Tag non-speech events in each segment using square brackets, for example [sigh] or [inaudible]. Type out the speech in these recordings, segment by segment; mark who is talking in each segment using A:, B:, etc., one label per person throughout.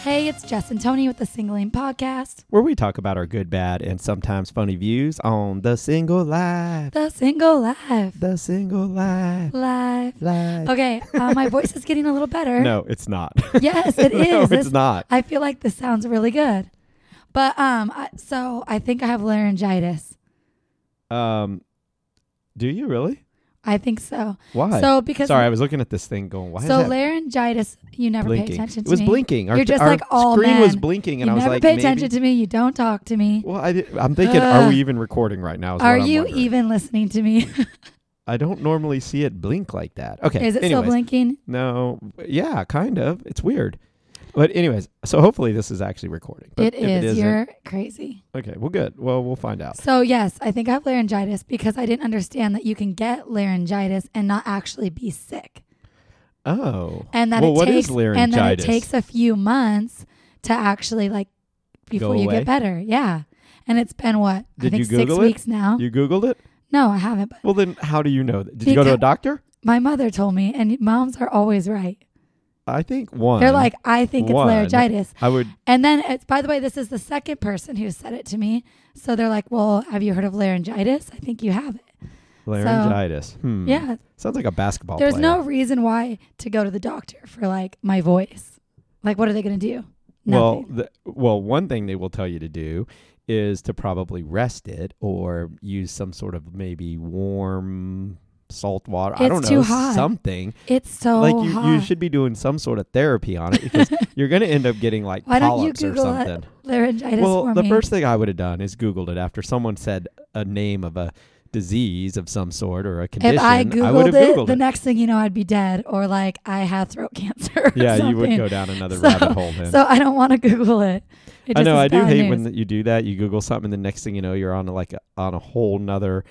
A: Hey, it's Jess and Tony with the Singling Podcast.
B: where we talk about our good, bad, and sometimes funny views on the single life.
A: The Single Live.
B: The single life.
A: Live.
B: Life.
A: Okay, uh, my voice is getting a little better.
B: No, it's not.
A: Yes, it
B: [laughs] no,
A: is.
B: it's not.
A: I feel like this sounds really good. But um, I, so I think I have laryngitis.
B: Um, do you really?
A: I think so.
B: Why?
A: So because
B: Sorry, I was looking at this thing going, why
A: so
B: is that
A: laryngitis, you never pay
B: blinking?
A: attention to
B: it was
A: me.
B: blinking. Our,
A: You're just
B: our
A: like all
B: screen was
A: men.
B: blinking,
A: You
B: and I was
A: never
B: like,
A: pay
B: maybe-
A: attention to me. You don't talk to me.
B: Well, I did, I'm thinking, are
A: Ugh.
B: we even recording right now? is what
A: Are
B: I'm
A: you
B: wondering.
A: even listening to me?
B: I don't normally see it blink like that. [laughs] Okay.
A: is it still
B: anyways.
A: blinking?
B: No, yeah, kind of. It's weird. But anyways, so hopefully this is actually recording. But
A: It
B: if
A: is.
B: isn't-
A: You're crazy.
B: Okay, well, good. Well, we'll find out.
A: So, yes, I think I have laryngitis because I didn't understand that you can get laryngitis and not actually be sick.
B: Oh,
A: And that
B: Well,
A: it
B: what is
A: takes and that it
B: laryngitis?
A: takes a few months to actually like before you
B: away?
A: get better. Yeah. And it's been what?
B: Did
A: I
B: you
A: think 6
B: Google it?
A: weeks now.
B: you Googled it?
A: no, I haven't. But
B: Well, then how do you know? That? Did you go to a
A: Because-
B: doctor?
A: my mother told me and moms are always right.
B: I think one.
A: They're like, "I think
B: One.
A: it's laryngitis."
B: I would.
A: And then, it's, by the way, this is the second person who said it to me. So they're like, "Well, have you heard of laryngitis?" I think you have it.
B: Laryngitis. hmm.
A: Yeah,
B: Sounds like a basketball
A: there's
B: player.
A: no reason why to go to the doctor for like my voice. Like, what are they going to do?
B: Well,
A: Nothing.
B: the, well, one thing they will tell you to do is to probably rest it or use some sort of maybe warm salt water. I
A: It's
B: don't know.
A: too hot.
B: Something.
A: it's so
B: like you,
A: hot.
B: you should be doing some sort of therapy on it
A: [laughs]
B: because you're going to end up getting like
A: Why don't you
B: polyps or
A: Google it
B: something.
A: laryngitis
B: Well,
A: for
B: the
A: me.
B: first thing I would have done is Googled it after someone said a name of a disease of some sort or a condition.
A: if I
B: would
A: googled
B: have
A: it,
B: Googled
A: the
B: it.
A: next thing you know, I'd be dead or like I have throat [laughs] cancer. Or
B: Yeah, you would
A: something.
B: go down
A: [laughs]
B: another
A: So-
B: rabbit hole then.
A: So I don't want to Google it. it
B: I
A: just
B: know.
A: is
B: I do
A: bad
B: hate
A: news.
B: when that you do that. You Google something, and the next thing you know, you're on like a, on a whole nother.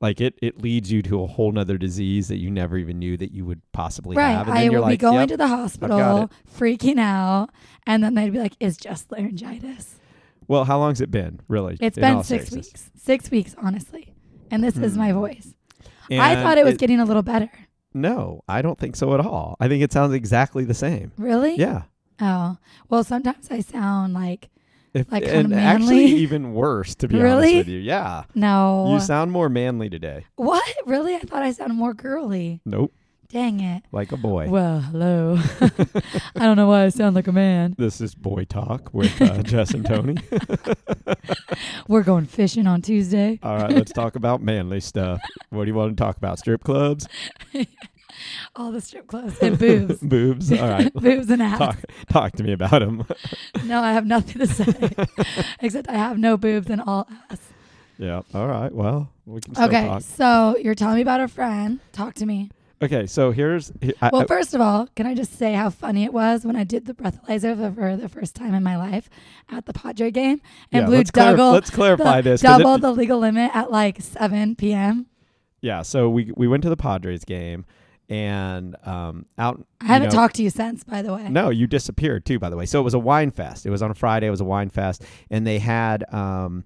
B: Like it, it leads you to a whole nother disease that you never even knew that you would possibly
A: Right.
B: have. And
A: I
B: then
A: would
B: you're
A: be
B: like,
A: going
B: yep.
A: to the hospital, freaking out, and then they'd be like, "It's just laryngitis."
B: well, how long's it been, really?
A: It's
B: in
A: been
B: all
A: six
B: seriousness?
A: weeks. Six weeks, honestly. And this is my
B: Hmm.
A: voice. I thought it
B: And
A: was getting a little better.
B: No, I don't think so at all. I think it sounds exactly the same.
A: Really?
B: Yeah.
A: Oh. Well, sometimes I sound like
B: If,
A: Like, kinda
B: and actually,
A: manly?
B: even worse, to be honest
A: Really?
B: with you. Yeah.
A: no.
B: You sound more manly today.
A: [laughs] what? Really? I thought I sounded more girly.
B: Nope.
A: Dang it.
B: Like a boy.
A: Well,
B: [laughs]
A: hello. [laughs] I don't know why I sound like a man.
B: This is Boy Talk
A: [laughs]
B: with uh, Jess and Tony.
A: We're going fishing on Tuesday.
B: All right, let's talk about manly stuff. What do you want to talk about? Strip clubs,
A: All the strip clubs and
B: [laughs]
A: boobs.
B: boobs.
A: [laughs]
B: All right,
A: boobs and ass.
B: talk talk to me about them.
A: No, I have nothing to say except I have no boobs and all ass.
B: [laughs] yeah. All right. Well, we can still
A: Okay,
B: talk.
A: so you're telling me about a friend. Talk to me.
B: Okay. So here's he- I,
A: Well,
B: I-
A: first of all, can I just say how funny it was when I did the breathalyzer for, for the first time in my life at the Padre game and
B: yeah,
A: blew
B: let's, clar-
A: double,
B: let's clarify
A: the,
B: this. 'cause it-
A: double the legal limit at like 7 p.m.
B: yeah. So we we went to the Padres game, and um out.
A: I
B: you
A: haven't
B: know-
A: talked to you since, by the way.
B: No, you disappeared too, by the way. So it was a wine fest. It was on a Friday. It was a wine fest, and they had, um,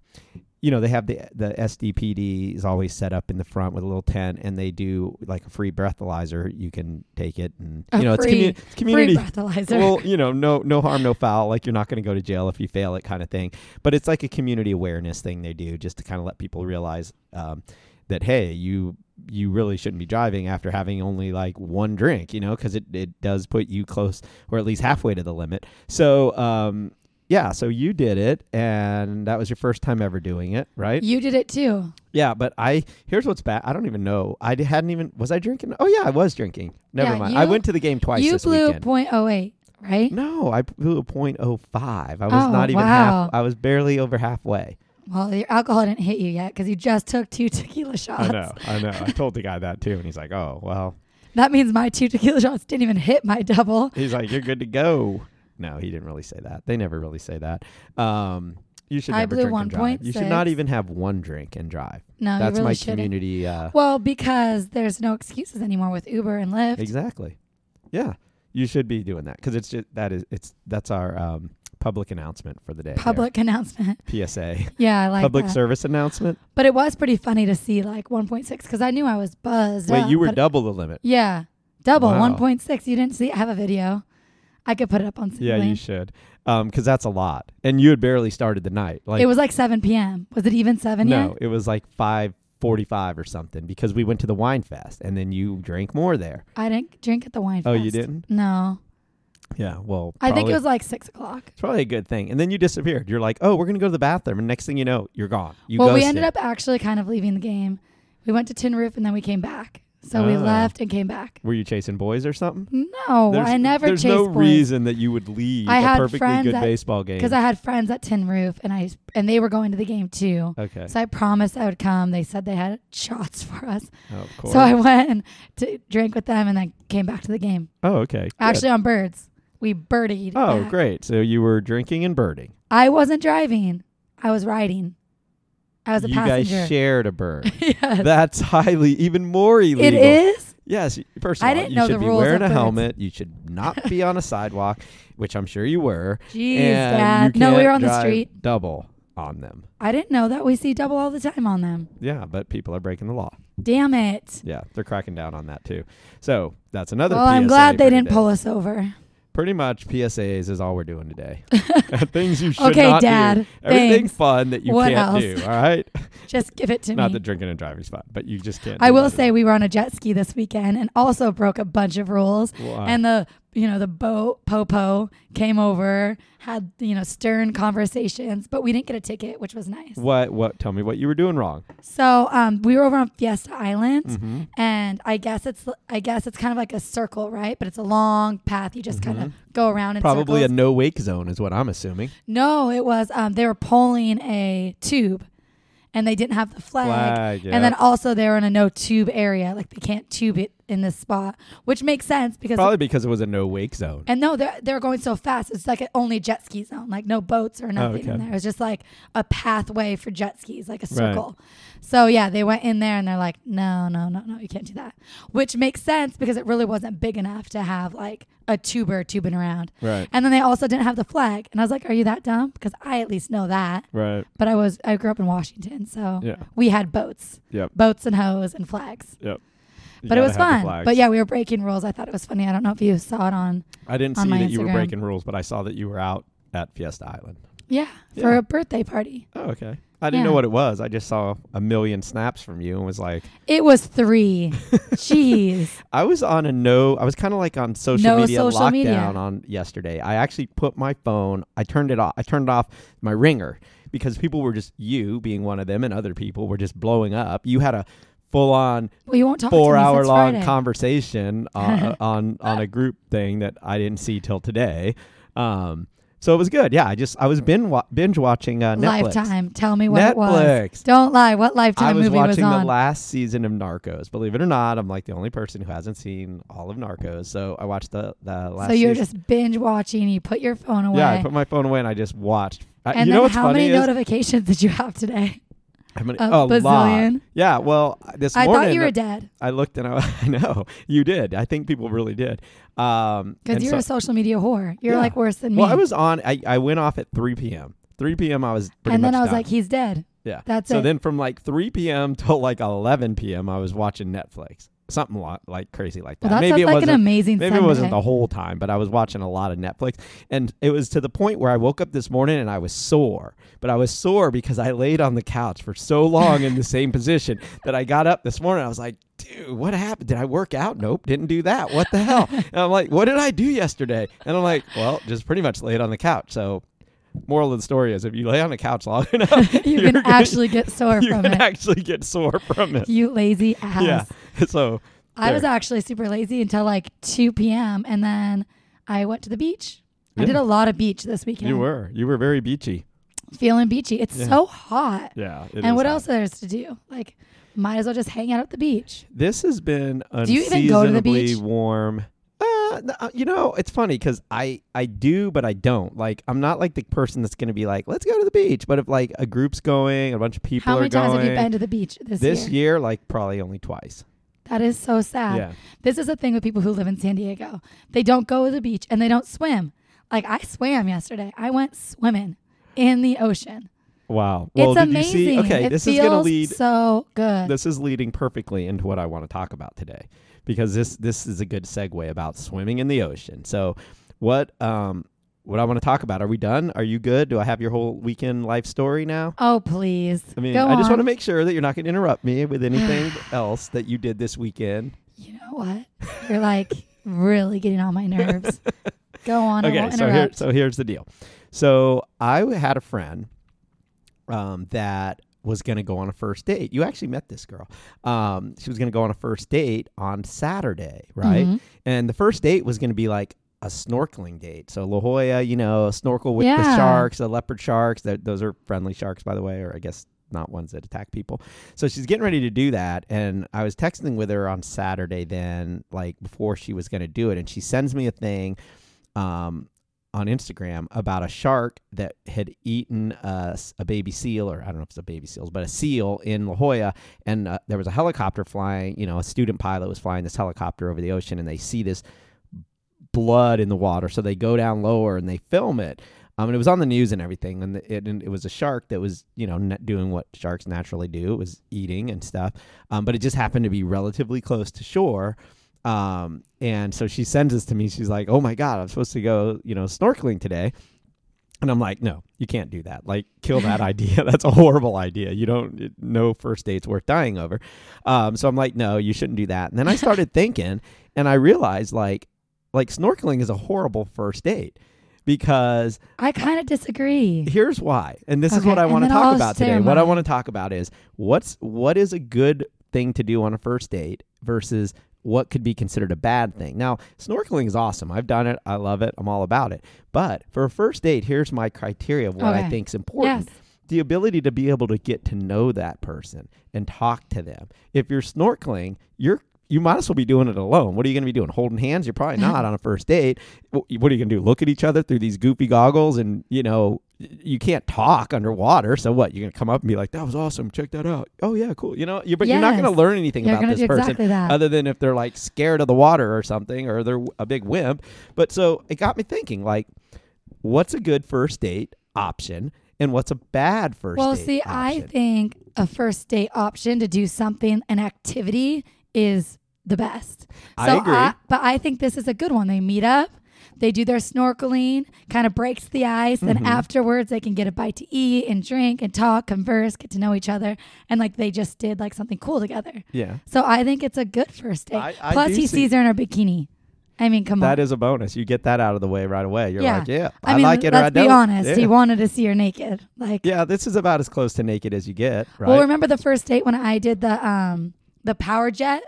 B: you know, they have the the SDPD is always set up in the front with a little tent, and they do like a free breathalyzer. You can take it, and
A: A
B: you know,
A: free-
B: it's, commu- it's community.
A: Free [laughs] breathalyzer.
B: Well, you know, no no harm, no foul. Like you're not going to go to jail if you fail it, kind of thing. But it's like a community awareness thing they do, just to kind of let people realize um, that hey, you you really shouldn't be driving after having only like one drink, you know, because it it does put you close or at least halfway to the limit. So um, yeah, so you did it, and that was your first time ever doing it, right?
A: you did it too.
B: Yeah, but I here's what's bad. I don't even know. I d- hadn't even was I drinking? Oh yeah, I was drinking. Never
A: Yeah,
B: mind. I
A: you-
B: went to the game twice.
A: you
B: this
A: blew
B: weekend.
A: .08, right?
B: No, I blew a point oh five. I was
A: Oh,
B: not even
A: wow.
B: half. I was barely over halfway.
A: Well, your alcohol didn't hit you yet because you just took two tequila shots.
B: I know. I told the guy that too, and he's like, "Oh, well."
A: That means my two tequila shots didn't even hit my double.
B: He's like, "You're good to go." No, he didn't really say that. They never really say that. Um, you should
A: I
B: never
A: blew
B: drink and drive. You should not
A: 1.6.
B: even have one drink and drive.
A: No,
B: That's
A: Oh, you really
B: my
A: shouldn't.
B: community. Uh,
A: Well, because there's no excuses anymore with Uber and Lyft.
B: exactly. Yeah, you should be doing that because it's just that is it's that's our um, public announcement for the day. there.
A: Public announcement. [laughs]
B: PSA
A: Yeah, I like
B: public
A: that.
B: service announcement.
A: But it was pretty funny to see like 1.6 because I knew I was buzzed.
B: Wait,
A: up,
B: you were
A: but-
B: double the limit.
A: Yeah, double
B: Wow.
A: 1.6. You didn't see. I have a video. I could put it up on
B: Yeah,
A: Singling.
B: you should. Um, because that's a lot, and you had barely started the night. Like
A: it was like 7 p.m. Was it even 7
B: no,
A: yet?
B: it was like five forty-five or something because we went to the wine fest, and then you drank more there.
A: I didn't drink at the wine
B: Oh, you
A: fest.
B: didn't?
A: No.
B: Yeah. Well,
A: I think
B: probably-
A: it was like 6 o'clock.
B: It's probably a good thing. And then you disappeared. You're like, oh, we're gonna go to the bathroom, and next thing you know, you're gone. You
A: well, we
B: ghosted.
A: ended up actually kind of leaving the game. We went to Tin Roof and then we came back. So we
B: Ah.
A: left and came back.
B: Were you chasing boys or something?
A: No, I never
B: There's
A: chased
B: no
A: boys.
B: reason that you would leave
A: I
B: a
A: had
B: perfectly
A: friends
B: good
A: that-
B: baseball game.
A: because I had friends at Tin Roof and I and they were going to the game too.
B: okay.
A: So I promised I would come. They said they had shots for us,
B: Oh, of course.
A: so I went and t- drank with them and then came back to the game.
B: oh, okay. Good.
A: Actually, on birds, we birdied.
B: Oh,
A: back. [laughs]
B: great. So you were drinking and birding.
A: I wasn't driving. I was riding. I was a
B: you
A: passenger.
B: guys shared a bird.
A: [laughs] yes.
B: That's highly, even more illegal.
A: It is.
B: Yes. y- First of
A: I
B: all,
A: didn't
B: you
A: know
B: should
A: the
B: be
A: rules
B: wearing
A: of
B: a
A: birds.
B: helmet. You should not be on a sidewalk, which I'm sure you were.
A: Jeez,
B: and
A: Dad.
B: you
A: No, we
B: can't
A: were on the
B: drive
A: street.
B: Double on them.
A: I didn't know that we see double all the time on them.
B: Yeah, but people are breaking the law.
A: Damn it.
B: Yeah, they're cracking down on that too. So that's another.
A: Well, I'm
B: PSA
A: glad they
B: for
A: didn't
B: today.
A: pull us over.
B: Pretty much PSAs is all we're
A: [laughs]
B: doing today. [laughs] Things you should
A: Okay,
B: not do.
A: Dad,
B: Everything
A: thanks.
B: fun that you
A: What
B: can't
A: else?
B: do.
A: [laughs]
B: All right.
A: Just give it to
B: Not
A: me.
B: the drinking and driving spot, but you just can't.
A: I
B: do
A: will
B: that
A: say
B: at
A: we were on a jet ski this weekend and also broke a bunch of rules.
B: all. Why?
A: And the you know the boat popo came over, had you know stern conversations, but we didn't get a ticket, which was nice.
B: what? What? Tell me what you were doing wrong.
A: So um, we were over on Fiesta Island,
B: Mm-hmm.
A: and I guess it's I guess it's kind of like a circle, right? But it's a long path. You just kind
B: Mhm.
A: of go around in
B: Probably a
A: circles.
B: no wake zone is what I'm assuming.
A: no, it was um, they were pulling a tube, and they didn't have the
B: Flag. yeah.
A: And then also they're in a no tube area, like they can't tube it in this spot, which makes sense because
B: probably because it was a no wake zone.
A: and no, they're they're going so fast. It's like a only jet ski zone, like no boats or nothing
B: Oh, okay.
A: in there. It's just like a pathway for jet skis, like a circle. So yeah, they went in there and they're like, no, no, no, no, you can't do that, which makes sense because it really wasn't big enough to have like a tuber tubing around.
B: Right.
A: And then they also didn't have the flag, and I was like, are you that dumb? Because I at least know that.
B: Right.
A: But I was I grew up in Washington, so
B: Yeah.
A: we had boats.
B: Yep.
A: Boats and hose and flags.
B: You
A: But it
B: gotta
A: was
B: have the
A: fun.
B: flags.
A: But yeah, we were breaking rules. I thought it was funny. I don't know if you saw it on.
B: I didn't
A: on
B: see
A: my
B: that you were
A: Instagram.
B: breaking rules, but I saw that you were out at Fiesta Island.
A: Yeah, for
B: Yeah.
A: a birthday party.
B: Oh, okay. I didn't know
A: Yeah.
B: what it was. I just saw a million snaps from you and was like,
A: It was
B: [laughs]
A: three. Jeez.
B: I was on a no. I was kind of like on social
A: No
B: media
A: social
B: lockdown
A: media.
B: on yesterday. I actually put my phone. I turned it off. I turned off my ringer because people were just you being one of them, and other people were just blowing up. You had a full on
A: Well, you won't talk
B: four
A: to me
B: hour
A: since
B: long
A: Friday.
B: conversation
A: [laughs]
B: on, on on a group thing that I didn't see till today. Um, so it was good. Yeah, I just I was binge, wa- binge watching uh, Netflix.
A: Lifetime. Tell me what it was.
B: Netflix.
A: Don't lie. What Lifetime
B: I was
A: movie was
B: watching the
A: on?
B: last season of Narcos. Believe it or not, I'm like the only person who hasn't seen all of Narcos. So I watched the the last.
A: so you're
B: season.
A: just binge watching. You put your phone away.
B: yeah. I put my phone away and I just watched. I,
A: and
B: you
A: then
B: know what's
A: how
B: funny
A: many
B: is
A: notifications did you have
B: [laughs]
A: today?
B: how many-
A: a
B: a lot.
A: bazillion?
B: Yeah. Well, uh, this
A: I
B: morning
A: thought you were dead
B: I looked and I, [laughs] I know you did. I think people really did. Um,
A: because
B: and
A: you're
B: so-
A: a social media whore. You're
B: Yeah.
A: like worse than
B: well,
A: me.
B: I was on. I, I went off at 3 p.m. 3 p.m. I was pretty
A: and then
B: much
A: I was
B: done.
A: like, he's dead.
B: yeah.
A: that's
B: so
A: it.
B: then from like 3 p.m. till like 11 p.m. I was watching Netflix. Something lo- like crazy like that.
A: Well, that
B: Maybe it
A: sounds like an
B: wasn't
A: amazing
B: Maybe
A: Sunday.
B: it wasn't the whole time, but I was watching a lot of Netflix. And it was to the point where I woke up this morning and I was sore. But I was sore because I laid on the couch for so
A: [laughs]
B: long in the same position that I got up this morning. I was like, dude, what happened? Did I work out? Nope, didn't do that. What
A: [laughs]
B: the hell? And I'm like, what did I do yesterday? And I'm like, well, just pretty much laid on the couch. So, moral of the story is if you lay on the couch long [laughs]
A: [laughs]
B: enough,
A: you
B: you're
A: can
B: gonna- [laughs]
A: actually get sore
B: you
A: from
B: can [laughs]
A: it.
B: actually get sore from it.
A: you lazy ass.
B: Yeah. [laughs] So,
A: I was
B: there.
A: actually super lazy until like 2 p.m. and then I went to the beach.
B: Yeah.
A: I did a lot of beach this weekend.
B: you were. You were very beachy.
A: feeling beachy. It's
B: Yeah.
A: so hot.
B: Yeah. it
A: and
B: is
A: what
B: hot.
A: else there's to do? Like, might as well just hang out at the beach.
B: This has been
A: Do you even go to the
B: unseasonably
A: beach?
B: warm. Uh, n- uh, you know, it's funny because I I do, but I don't. Like, I'm not like the person that's gonna be like, let's go to the beach. But if like a group's going, a bunch of people
A: How
B: are
A: many
B: going.
A: times have you been to the beach this,
B: this
A: year?
B: year? Like, probably only twice.
A: That is so sad.
B: Yeah,
A: This is the thing with people who live in San Diego. They don't go to the beach and they don't swim. Like I swam yesterday. I went swimming in the ocean.
B: wow. Well,
A: it's
B: did
A: amazing.
B: you see? Okay,
A: it
B: this
A: feels
B: is gonna lead.
A: so good.
B: This is leading perfectly into what I want to talk about today because this this is a good segue about swimming in the ocean. So What um what I want to talk about? Are we done? Are you good? Do I have your whole weekend life story now?
A: Oh, please.
B: I mean,
A: Go
B: I just
A: on.
B: want to make sure that you're not going to interrupt me
A: [sighs]
B: with anything else that you did this weekend.
A: You know what? You're like really getting on my nerves.
B: [laughs]
A: Go on. I
B: Okay,
A: won't
B: so here,
A: interrupt.
B: so here's the deal. So I had a friend um, that was going to go on a first date. You actually met this girl. Um, she was going to go on a first date on Saturday, right?
A: Mhm.
B: And the first date was going to be like a snorkeling date. So La Jolla, you know, a snorkel with the
A: Yeah.
B: sharks, the leopard sharks. Th- those are friendly sharks, by the way, or I guess not ones that attack people. So she's getting ready to do that. And I was texting with her on Saturday then, like before she was going to do it. And she sends me a thing um, on Instagram about a shark that had eaten a, s- a baby seal, or I don't know if it's a baby seal, but a seal in La Jolla. And uh, there was a helicopter flying, you know, a student pilot was flying this helicopter over the ocean, and they see this blood in the water. So they go down lower and they film it. Um, and it was on the news and everything. And it, and it was a shark that was, you know, n doing what sharks naturally do. It was eating and stuff. Um, but it just happened to be relatively close to shore. Um, and so she sends this to me. She's like, oh my God, I'm supposed to go, you know, snorkeling today. And I'm like, no, you can't do that. Like, kill that idea. [laughs] That's a horrible idea. You don't, no first date's worth dying over. Um, so I'm like, no, you shouldn't do that. And then I started thinking and I realized, like, like snorkeling is a horrible first date because
A: I kind of disagree.
B: here's why and this is
A: Okay,
B: what i
A: and
B: want to
A: then
B: talk
A: I'll
B: about
A: share
B: today what i
A: mine.
B: want to talk about is what's what is a good thing to do on a first date versus what could be considered a bad thing now snorkeling is awesome i've done it i love it i'm all about it but for a first date here's my criteria of what i
A: Okay.
B: think's important
A: Yes.
B: the ability to be able to get to know that person and talk to them if you're snorkeling you're you might as well be doing it alone. What are you going to be doing? Holding hands? You're
A: [laughs]
B: probably not on a first date. Wh- What are you going to do? Look at each other through these goofy goggles and, you know, y- you can't talk underwater. So what? You're going to come up and be like, that was awesome. Check that out. Oh, yeah, cool. You know, you but you're not
A: Yes.
B: going to learn anything
A: You're
B: about
A: gonna
B: this
A: do
B: person
A: exactly that.
B: other than if they're like scared of the water or something or they're w- a big wimp. But so it got me thinking, like, what's a good first date option and what's a bad first
A: Well,
B: date
A: see, I
B: option?
A: think a first date option to do something, an activity, is the best.
B: I agree.
A: but I think this is a good one. They meet up, they do their snorkeling, kind of breaks the ice,
B: Mm-hmm.
A: and afterwards they can get a bite to eat and drink and talk, converse, get to know each other, and like they just did like something cool together.
B: yeah.
A: So I think it's a good first date.
B: I- I
A: Plus,
B: do
A: he
B: see-
A: sees her in her bikini. I mean, come on.
B: That is a bonus. You get that out of the way right away. You're like, yeah, I,
A: mean,
B: like it
A: let's
B: or I
A: be
B: don't.
A: honest.
B: Yeah.
A: He wanted to see her naked. Like,
B: Yeah, this is about as close to naked as you get, right?
A: Well, remember the first date when I did the um the power jet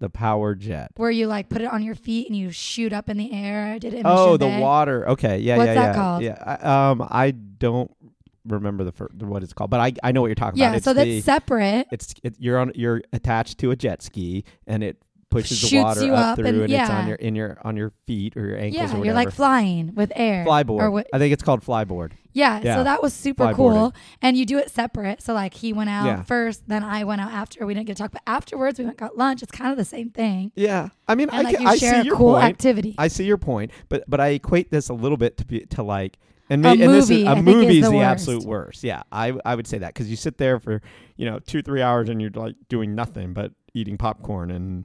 B: the power jet.
A: where you like put it on your feet and you shoot up in the air? I did it. in
B: Oh,
A: Mission
B: the
A: Bay.
B: water. Okay, yeah,
A: What's
B: yeah,
A: that
B: yeah.
A: called?
B: Yeah, I, um, I don't remember the fir- what it's called, but I, I know what you're talking
A: Yeah,
B: about. It's
A: so that's
B: the,
A: separate.
B: it's it, you're on you're attached to a jet ski and it pushes the
A: Shoots
B: water
A: you
B: up
A: up
B: through
A: and-
B: and, it's on
A: yeah.
B: your in your on your feet or your ankles or
A: Yeah,
B: whatever.
A: you're like flying with air. Or
B: flyboard.
A: what?
B: I think it's called flyboard.
A: Yeah,
B: Yeah,
A: so that was super
B: flyboarding.
A: cool. And you do it separate. So like he went out
B: Yeah.
A: first, then I went out after. We didn't get to talk, but afterwards we went got lunch. It's kind of the same thing.
B: Yeah, I mean,
A: And
B: I,
A: like
B: ca-
A: you
B: I
A: share
B: see
A: a
B: your
A: cool
B: point.
A: activity.
B: I see your point, but but I equate this a little bit to be to like and,
A: A
B: may- and this is
A: movie,
B: a
A: I think, is
B: movie is
A: the
B: the,
A: worst.
B: absolute worst. Yeah, I I would say that because you sit there for you know two three hours and you're like doing nothing but eating popcorn and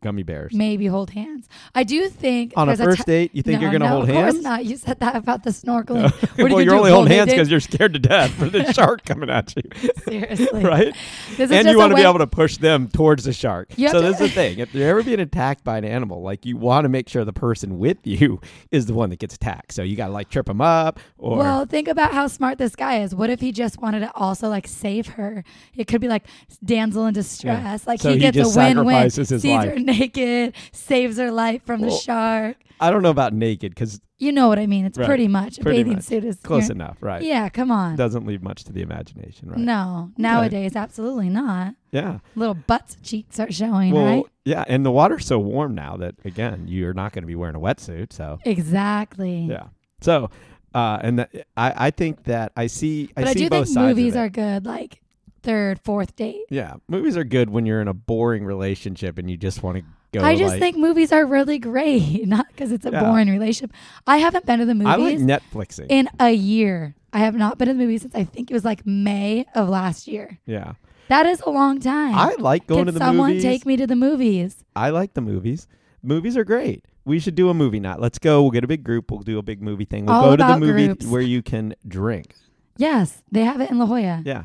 B: gummy bears.
A: Maybe hold hands. I do think
B: On a
A: there's
B: first
A: ti-
B: date, you think
A: No,
B: you're going to
A: no,
B: hold
A: of
B: hands?
A: course not. You said that about the snorkeling. What are you
B: [laughs] well,
A: gonna
B: you're
A: do,
B: only holding
A: hold
B: hands
A: it
B: because you're scared to death
A: [laughs]
B: for the shark coming at you, [laughs]
A: in? seriously
B: right?
A: This is
B: and
A: just
B: you
A: a
B: want to be
A: way-
B: able to push them towards the shark.
A: You have
B: So
A: to- [laughs]
B: this is the thing: if you're ever being attacked by an animal, like you want to make sure the person with you [laughs] is the one that gets attacked. So you got to like trip them up, or
A: Well, think about how smart this guy is. What if he just wanted to also like save her? It could be like damsel in distress. Like
B: So
A: he
B: he
A: gets
B: just
A: a win-win.
B: sacrifices his
A: Sees
B: life.
A: her naked, saves her life from the
B: Well,
A: shark.
B: I don't know about naked because
A: You know what I mean? It's
B: Right.
A: pretty much a
B: Pretty
A: bathing
B: much.
A: suit is
B: close
A: you're-
B: enough, right?
A: Yeah, come on.
B: Doesn't leave much to the imagination, right?
A: No, nowadays absolutely not.
B: Yeah.
A: Little butts cheeks are showing,
B: Well,
A: right?
B: yeah, and the water's so warm now that again, you're not going to be wearing a wetsuit. So
A: Exactly.
B: yeah. So, uh, and that I, I think that I see.
A: But
B: I
A: I,
B: see
A: do
B: both
A: think
B: sides of
A: movies
B: it.
A: are good, like third, fourth date.
B: Yeah, movies are good when you're in a boring relationship and you just want to go.
A: I just
B: like-
A: think movies are really great, [laughs] not because it's a
B: Yeah.
A: boring relationship. I haven't been to the movies.
B: I like Netflixing.
A: in a year. I have not been in the movie since I think it was like May of last year.
B: yeah,
A: That is a long time.
B: I like going
A: Can
B: to the
A: someone
B: movies.
A: take me to the movies?
B: I like the movies. Movies are great. we should do a movie night. Let's go. We'll get a big group. We'll do a big movie thing. We'll
A: All
B: go to the
A: about
B: movie
A: groups.
B: where you can drink.
A: Yes, they have it in La Jolla.
B: Yeah.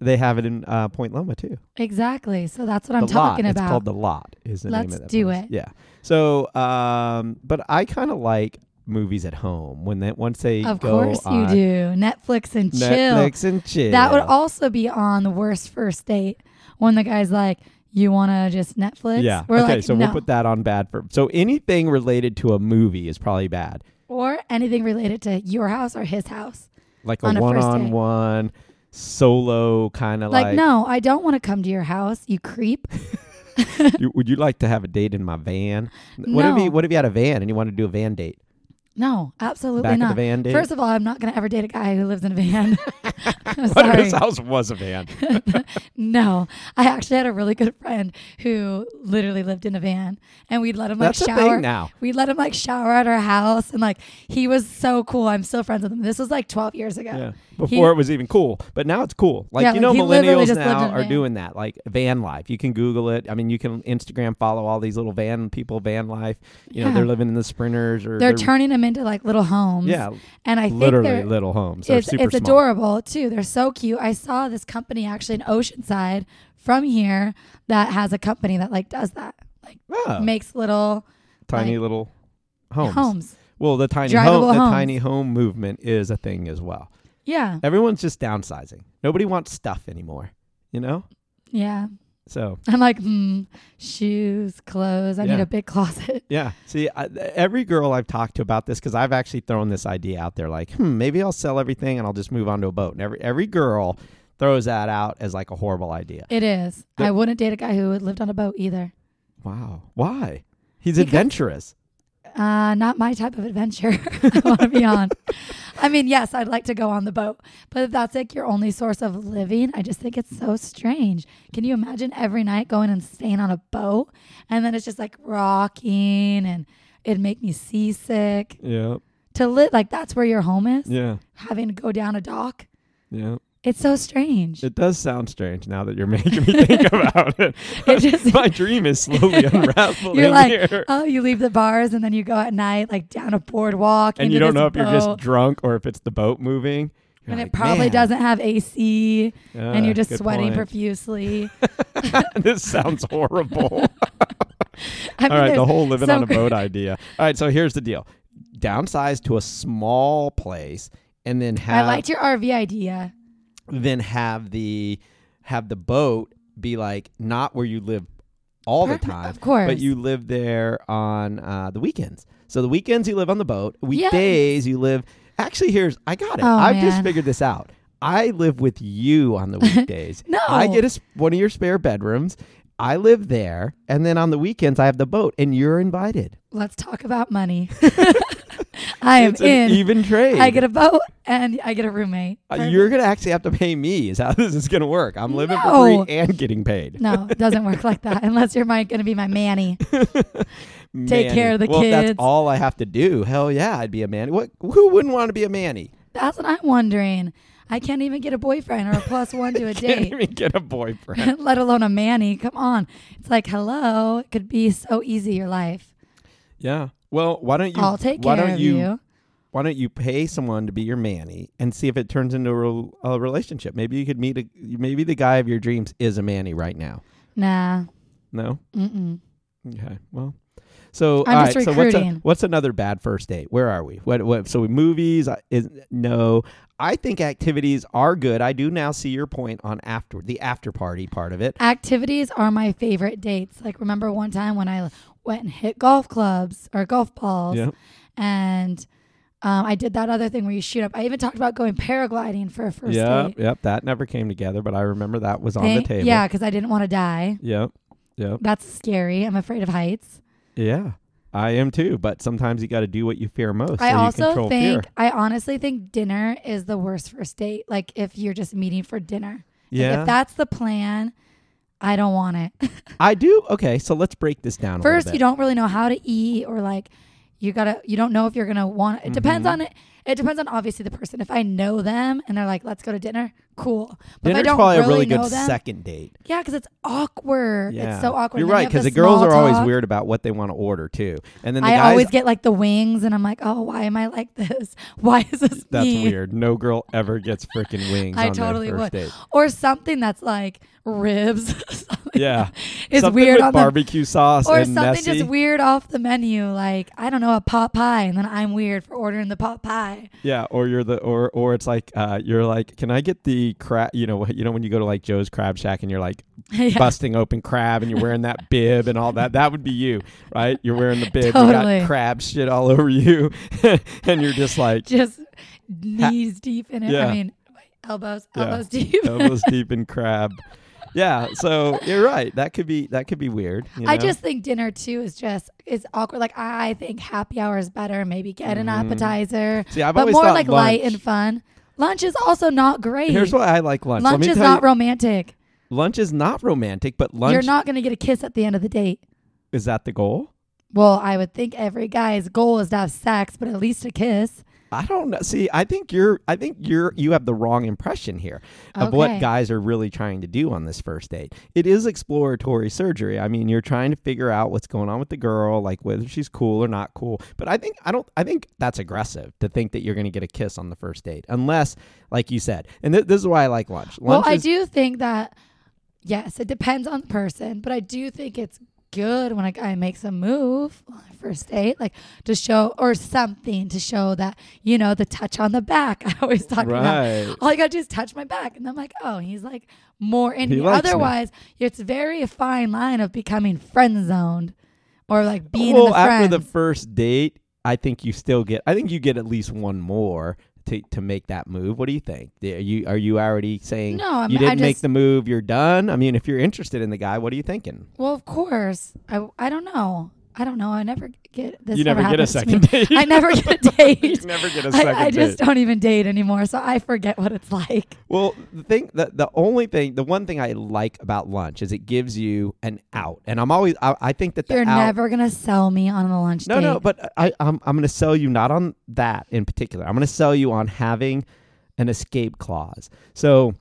B: They have it in uh, Point Loma too.
A: Exactly. So that's what I'm
B: the
A: talking
B: lot.
A: about.
B: It's called the lot. Is the name
A: Let's
B: of that
A: do
B: place.
A: it.
B: Yeah. So, um, but I kind of like movies at home when that once they
A: of
B: go
A: course you
B: on
A: do. Netflix and chill.
B: Netflix and chill.
A: That would also be on the worst first date when the guy's like, "You want to just Netflix?"
B: Yeah.
A: We're
B: okay.
A: like,
B: so
A: no.
B: we'll put that on bad for. So anything related to a movie is probably bad.
A: or anything related to your house or his house.
B: Like a
A: On a first date.
B: one-on-one solo kind of
A: Like,
B: like.
A: no, I don't want to come to your house. You creep.
B: [laughs] "You- would you like to have a date in my van? What if
A: No.
B: he What if you had a van and you wanted to do a van date? [laughs]
A: No, absolutely
B: Back of the
A: not.
B: van date?
A: First of all, I'm not going to ever date a guy who lives in a van. [laughs] I'm
B: [laughs] What if
A: sorry.
B: his house was a
A: [laughs]
B: van?
A: No, I actually had a really good friend who literally lived in a van, and we'd let him like
B: That's a thing
A: shower.
B: now.
A: We'd let him like shower at our house, and like he was so cool. I'm still friends with him. This was like 12 years ago.
B: Yeah.
A: He-
B: Before it was even cool, but now it's cool. Like
A: Yeah,
B: you
A: like,
B: know,
A: he literally
B: millennials
A: just lived
B: now
A: in a
B: are
A: van.
B: doing that, like van life. You can Google it. I mean, you can Instagram follow all these little van people, van life. You know,
A: Yeah.
B: they're living in the sprinters or
A: they're, turning them into like little homes.
B: yeah,
A: and I think
B: literally
A: they're.
B: little homes. They're
A: It's,
B: super
A: it's
B: small.
A: adorable too. They're so cute. I saw this company actually in Oceanside from here that has a company that like does that, like
B: Oh,
A: makes little
B: tiny
A: like,
B: little homes.
A: homes.
B: Well, the tiny
A: Drivable
B: home, the
A: homes.
B: tiny home movement is a thing as well.
A: Yeah,
B: Everyone's just downsizing. Nobody wants stuff anymore. You know,
A: yeah.
B: so
A: I'm like, hmm, shoes, clothes. I
B: Yeah.
A: need a big [laughs] closet.
B: Yeah. See, I, every girl I've talked to about this, because I've actually thrown this idea out there, like, hmm, maybe I'll sell everything and I'll just move on to a boat. And every every girl throws that out as like a horrible idea.
A: It is.
B: The-
A: I wouldn't date a guy who lived on a boat either.
B: Wow. Why? He's
A: Because-
B: adventurous.
A: Uh, not my type of adventure. [laughs]
B: [laughs]
A: I want to be on. I mean, yes, I'd like to go on the boat, but if that's like your only source of living, I just think it's so strange. Can you imagine every night going and staying on a boat, and then it's just like rocking, and it'd make me seasick
B: Yeah.
A: to live. Like that's where your home is.
B: Yeah.
A: Having to go down a dock,
B: Yeah.
A: it's so strange.
B: It does sound strange now that you're [laughs] making me
A: [laughs]
B: think about it.
A: It just-
B: [laughs] My dream is slowly
A: [laughs]
B: unraveling
A: You're like,
B: here.
A: oh, you leave the bars and then you go at night, like down a boardwalk,
B: And
A: into
B: you don't
A: this
B: know if you're
A: boat,
B: just drunk or if it's the boat moving. You're
A: and
B: like,
A: it probably
B: "Man,
A: doesn't have AC, and
B: uh,
A: you're just
B: good
A: sweating
B: point.
A: profusely.
B: [laughs] this sounds
A: [laughs]
B: horrible.
A: I mean,
B: All right, the
A: there's-
B: whole living
A: so
B: on a
A: cr-
B: boat idea. All right, so here's the deal: downsize to a small place, and then
A: I
B: have
A: liked your RV idea.
B: then have the have the boat be like not where you live all the
A: Perfect,
B: time,
A: of course.
B: but you live there on uh, the weekends. So the weekends you live on the boat,
A: Yes.
B: weekdays you live. Actually, here's I got it.
A: Oh,
B: I've just
A: man.
B: figured this out. I live with
A: [laughs]
B: you on the weekdays.
A: No.
B: I get a, s- one of your spare bedrooms. I live there, and then on the weekends I have the boat, and you're invited.
A: Let's talk about
B: [laughs]
A: money. I am
B: it's
A: in.
B: an even trade.
A: I get a boat and I get a roommate.
B: Uh,
A: Perfect.
B: You're gonna actually have to pay me. Is how [laughs] this is gonna work. I'm living for
A: No.
B: free and getting paid.
A: no, it doesn't work like that unless you're my going to be my
B: [laughs]
A: manny. Take
B: Manny.
A: care of the
B: well, That's
A: kids.
B: all I have to do. Hell yeah, I'd be a manny. What? Who wouldn't want to be a manny?
A: That's what I'm wondering. I can't even get a boyfriend or a plus one
B: [laughs]
A: to a
B: Can't
A: date.
B: even get a
A: [laughs]
B: boyfriend.
A: let alone a manny. Come on. It's like, hello, it could be so easy your life.
B: [laughs] yeah. Well, why don't you?
A: I'll take
B: why
A: care
B: don't
A: of
B: you,
A: you.
B: Why don't you pay someone to be your manny and see if it turns into a, rel- a relationship? Maybe you could meet a. Maybe the guy of your dreams is a manny right now.
A: Nah.
B: No.
A: Mm-mm.
B: Okay. Well. So,
A: I'm
B: all
A: just
B: right, so what's, a,
A: recruiting.
B: what's another bad first date? Where are we? What, what so movies uh, is no. I think activities are good. I do now see your point on after the after party part of it.
A: Activities are my favorite dates. Like remember one time when I went and hit golf clubs or golf balls
B: Yeah.
A: and um, I did that other thing where you shoot up. I even talked about going paragliding for a first
B: Yep,
A: date.
B: yep, that never came together, but I remember that was on
A: Thank-
B: the table.
A: Yeah, because I didn't want to die.
B: Yep. Yep.
A: That's scary. I'm afraid of heights.
B: Yeah. I am too, but sometimes you got to do what you fear most.
A: I
B: so you
A: also
B: control
A: think
B: fear.
A: I honestly think dinner is the worst first date. Like if you're just meeting for dinner. Like,
B: Yeah.
A: if that's the plan, I don't want it. [laughs]
B: I do. Okay, so let's break this down a
A: First,
B: little
A: you
B: bit. Mm-hmm.
A: don't really know how to eat or like you gotta you don't know if you're gonna want it depends on it. It depends on obviously the person. If I know them and they're like, "Let's go to dinner," cool. But if I
B: Dinner's
A: don't
B: probably
A: really,
B: a really
A: know
B: good
A: them,
B: second date.
A: yeah, because it's awkward.
B: Yeah.
A: It's so awkward.
B: You're
A: And then
B: right
A: you have
B: because the girls
A: small
B: are always
A: talk.
B: weird about what they want to order too, and then the
A: I
B: guys.
A: always get like the wings, and I'm like, "Oh, why am I like this? [laughs] Why is this
B: that's
A: me?"
B: weird. No girl ever gets freaking
A: [laughs]
B: wings.
A: I
B: on their
A: totally
B: first
A: would. [laughs]
B: Date.
A: Or something that's like ribs. [laughs] Something
B: Yeah,
A: is
B: something
A: weird
B: with
A: on the
B: barbecue sauce
A: or
B: and
A: something
B: messy.
A: just weird off the menu, like I don't know, a pot pie, and then I'm weird for ordering the pot pie. [laughs]
B: Yeah, or you're the or or it's like uh you're like, can I get the crab? You know, you know when you go to like Joe's Crab Shack and
A: [laughs]
B: you're like
A: yeah.
B: busting open crab and you're
A: [laughs]
B: wearing that bib and all that. That would be you, right? You're wearing the bib, you
A: Totally.
B: got crab shit all over you, [laughs] and you're just
A: [laughs]
B: like
A: just knees deep in it.
B: Yeah.
A: I mean, elbows,
B: Yeah.
A: elbows deep. [laughs]
B: elbows deep in crab. Yeah, so you're right. That could be that could be weird. you
A: I
B: know?
A: just think dinner too is just is awkward. Like I think happy hour is better. Maybe get an appetizer,
B: Mm-hmm. see. I've
A: but
B: always
A: more
B: thought
A: like
B: lunch-
A: light and fun. Lunch is also not great.
B: Here's why I like lunch. Let
A: lunch
B: me
A: is
B: tell
A: not
B: you,
A: romantic.
B: lunch is not romantic, but lunch
A: You're not going to get a kiss at the end of the date.
B: is that the goal?
A: Well, I would think every guy's goal is to have sex, but at least a kiss.
B: I don't know. See, I think you're I think you're you have the wrong impression here of what
A: Okay.
B: guys are really trying to do on this first date. It is exploratory surgery. I mean, you're trying to figure out what's going on with the girl, like whether she's cool or not cool. But I think I don't I think that's aggressive to think that you're going to get a kiss on the first date unless like you said. And th- this is why I like lunch.
A: Well,
B: Lunch
A: I
B: is,
A: do think that yes, it depends on the person, but I do think it's good when a guy makes a move on a first date, like to show or something to show that you know the touch on the back. [laughs] I always talk
B: Right.
A: about all you gotta do is touch my back, and I'm like, oh, he's like more in
B: He
A: me.
B: likes me.
A: Otherwise, it's very fine line of becoming friend zoned or like being in
B: well,
A: the
B: after
A: friends.
B: the first date, I think you still get I think you get at least one more to, to make that move. What do you think? Are you are you already saying
A: no, I'm,
B: you
A: I
B: didn't
A: just,
B: make the move. You're done. I mean, if you're interested in the guy, what are you thinking?
A: Well, of course. I, I don't know. I don't know. I never get this.
B: You never get a
A: happens to me.
B: second date.
A: I never
B: [laughs]
A: get a date.
B: never get a
A: I, I just don't even date anymore, so I forget what it's like.
B: Well, the thing, the, the only thing, the one thing I like about lunch is it gives you an out, and I'm always, I, I think that the
A: You're
B: out.
A: never gonna sell me on a lunch
B: no,
A: date.
B: no, but I, I'm, I'm going to sell you not on that in particular. I'm going to sell you on having an escape clause. So,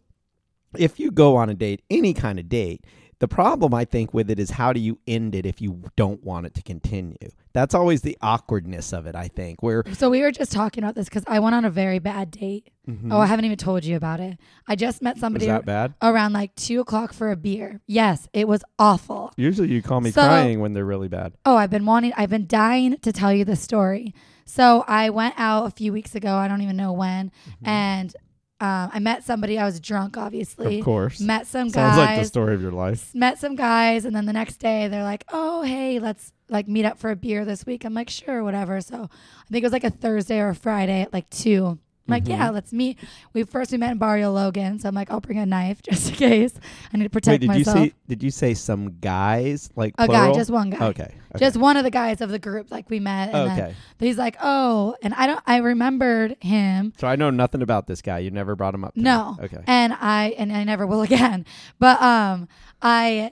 B: if you go on a date, any kind of date, the problem I think with it is how do you end it if you don't want it to continue? That's always the awkwardness of it. I think where
A: So we were just talking about this because I went on a very bad date.
B: Mm-hmm.
A: Oh, I haven't even told you about it. I just met somebody
B: bad?
A: around like two o'clock for a beer. Yes, it was awful.
B: Usually you call me
A: So-
B: crying when they're really bad.
A: Oh, I've been wanting, I've been dying to tell you this story. So I went out a few weeks ago, I don't even know when,
B: Mm-hmm.
A: and um, I met somebody. I was drunk, obviously.
B: Of course.
A: Met some
B: Sounds like the
A: guys.
B: story of your life.
A: met some guys, and then the next day they're like, "Oh, hey, let's like meet up for a beer this week." I'm like, "Sure, whatever." So I think it was like a Thursday or a Friday at like two. I'm like,
B: Mm-hmm.
A: "Yeah, let's meet." We first we met in Barrio Logan, so I'm like, "I'll bring a knife just in case I need to
B: Wait,
A: protect
B: did
A: myself."
B: you say did you say some guys like
A: a
B: plural?
A: guy, just one guy.
B: Okay. okay.
A: Just one of the guys of the group, like we met, and then
B: okay.
A: He's like, oh, and I don't. I remembered him.
B: So I know nothing about this guy. You never brought him up. to me.
A: No.
B: Okay.
A: And I and I never will [laughs] again. But um, I,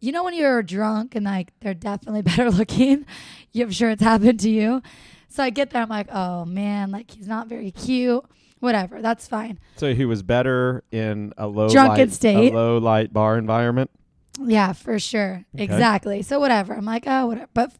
A: you know, when you're drunk and like they're definitely [laughs] better looking, you- I'm sure it's happened to you. So I get there, I'm like, oh man, like he's not very cute. Whatever, that's fine.
B: So he was better in a low
A: Drunken
B: light,
A: state.
B: a low light bar environment.
A: Yeah, for sure,
B: Okay.
A: exactly. So whatever, I'm like, oh, whatever. But f-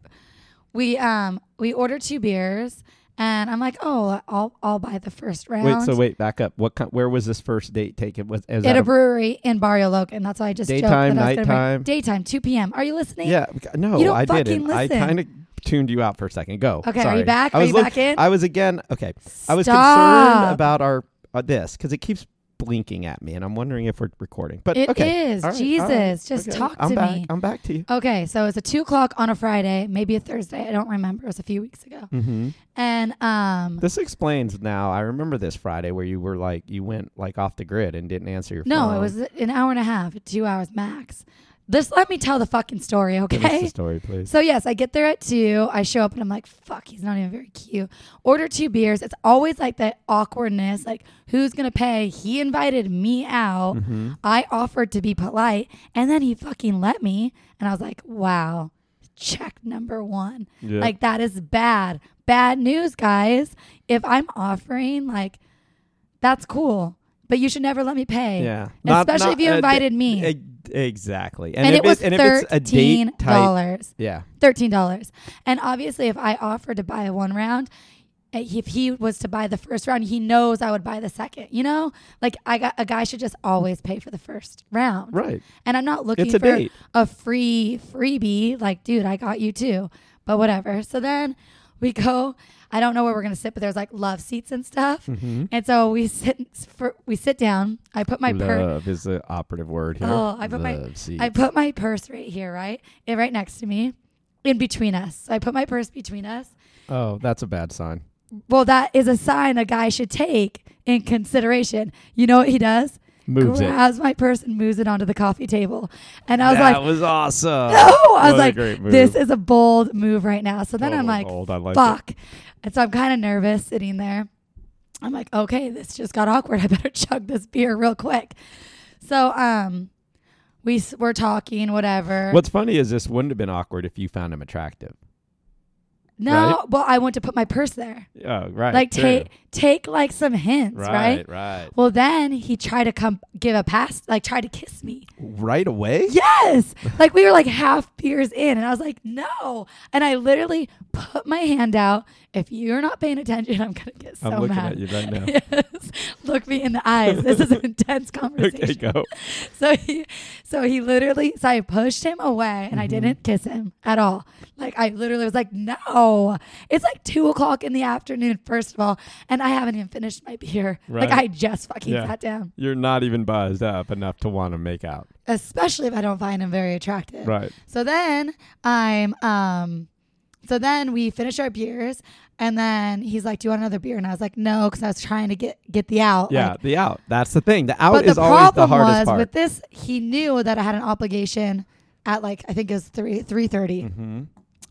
A: we um we order two beers, and I'm like, oh, I'll I'll buy the first round.
B: Wait. So wait. Back up. What? Kind, where was this first date taken? Was is
A: at
B: that
A: a
B: a-
A: brewery in Barrio Logan. That's why I just
B: Daytime,
A: joked that I was gonna bring-
B: nighttime?
A: daytime, two p.m. Are you listening?
B: yeah. No,
A: You don't
B: I didn't.
A: fucking
B: I
A: listen.
B: kind of tuned you out for a second. Go.
A: Okay, are
B: Sorry.
A: you back?
B: I
A: Are
B: was
A: you
B: look-
A: back in?
B: I was again. Okay. I was concerned
A: Stop.
B: about our uh, this because it keeps blinking at me, and I'm wondering if we're recording. But
A: It
B: okay,
A: is.
B: All right, all
A: Jesus,
B: right.
A: just
B: Okay.
A: talk
B: I'm
A: to
B: back.
A: me.
B: I'm back to you.
A: Okay, so it's a two o'clock on a Friday, maybe a Thursday. I don't remember. It was a few weeks ago,
B: Mm-hmm.
A: and um,
B: This explains now. I remember this Friday where you were like you went like off the grid and didn't answer your
A: no,
B: phone.
A: it was an hour and a half, two hours max. This let me tell the fucking story,
B: Give us
A: okay? [laughs]
B: the story, please.
A: So yes, I get there at two. I show up and I'm like, fuck, he's not even very cute. Order two beers. It's always like that awkwardness, like who's gonna pay? He invited me out.
B: Mm-hmm.
A: I offered to be polite, and then he fucking let me. And I was like, wow, check number one.
B: Yeah.
A: Like that is bad. Bad news, guys. If I'm offering, like, that's cool, but you should never let me pay.
B: yeah.
A: Especially if you
B: uh,
A: invited me.
B: e- exactly.
A: And,
B: if
A: it was
B: it's, and if it's a
A: thirteen
B: date type.
A: dollars.
B: Yeah.
A: Thirteen dollars. And obviously, if I offered to buy one round, eh, if he was to buy the first round, he knows I would buy the second. You know, like I got a guy should just always pay for the first round.
B: Right.
A: And I'm not looking
B: It's a
A: for
B: date.
A: a free freebie. Like, dude, I got you too. But whatever. So then we go. I don't know where we're gonna sit, but there's like love seats and stuff.
B: Mm-hmm.
A: And so we sit for, we sit down. I put my purse.
B: Love is the operative word here.
A: Oh, I put my-
B: Love seat.
A: I put my purse right here, right? It right next to me, in between us. So I put my purse between us.
B: oh, that's a bad sign.
A: Well, that is a sign a guy should take in consideration. You know what he does?
B: Moves it.
A: Grabs my purse and moves it onto the coffee table. And I was
B: that
A: [laughs] like,
B: was awesome.
A: oh, I
B: What a
A: was like,
B: great move.
A: this is a bold move right now. So then I'm
B: Totally
A: like,
B: bold. I like it.
A: fuck. And so I'm kind of nervous sitting there. I'm like, okay, this just got awkward. [laughs] I better chug this beer real quick. So um, we s- we're talking, whatever.
B: What's funny is this wouldn't have been awkward if you found him attractive.
A: No,
B: Right?
A: well, I went to put my purse there.
B: Oh, right.
A: like
B: true.
A: take take like some hints, right?
B: right, right,
A: Well, then he tried to come give a pass, like try to kiss me.
B: right away. [laughs]
A: Yes, like we were like half beers in, and I was like, no. And I literally put my hand out. If you're not paying attention, I'm gonna get so
B: I'm looking
A: mad.
B: at you right now.
A: [laughs]
B: [laughs]
A: Yes, look me in the eyes. This is an intense conversation.
B: okay, go.
A: [laughs] So he, so he literally, so I pushed him away and I
B: Mm-hmm.
A: didn't kiss him at all. Like I literally was like, no, it's like two o'clock in the afternoon, first of all, and I haven't even finished my beer. [laughs] Like
B: Right.
A: I just fucking
B: Yeah.
A: sat down,
B: You're not even buzzed up enough to want to make out.
A: especially if I don't find him very attractive.
B: Right.
A: So then I'm, um, so then we finish our beers and then he's like, do you want another beer? And I was like, no, because I was trying to get, get the out.
B: Yeah,
A: Like,
B: the out. That's the thing. The out
A: but
B: is
A: the
B: always the
A: problem
B: hardest
A: was
B: part.
A: with this he knew that i had an obligation at like i think it was 3 3.30
B: Mm-hmm.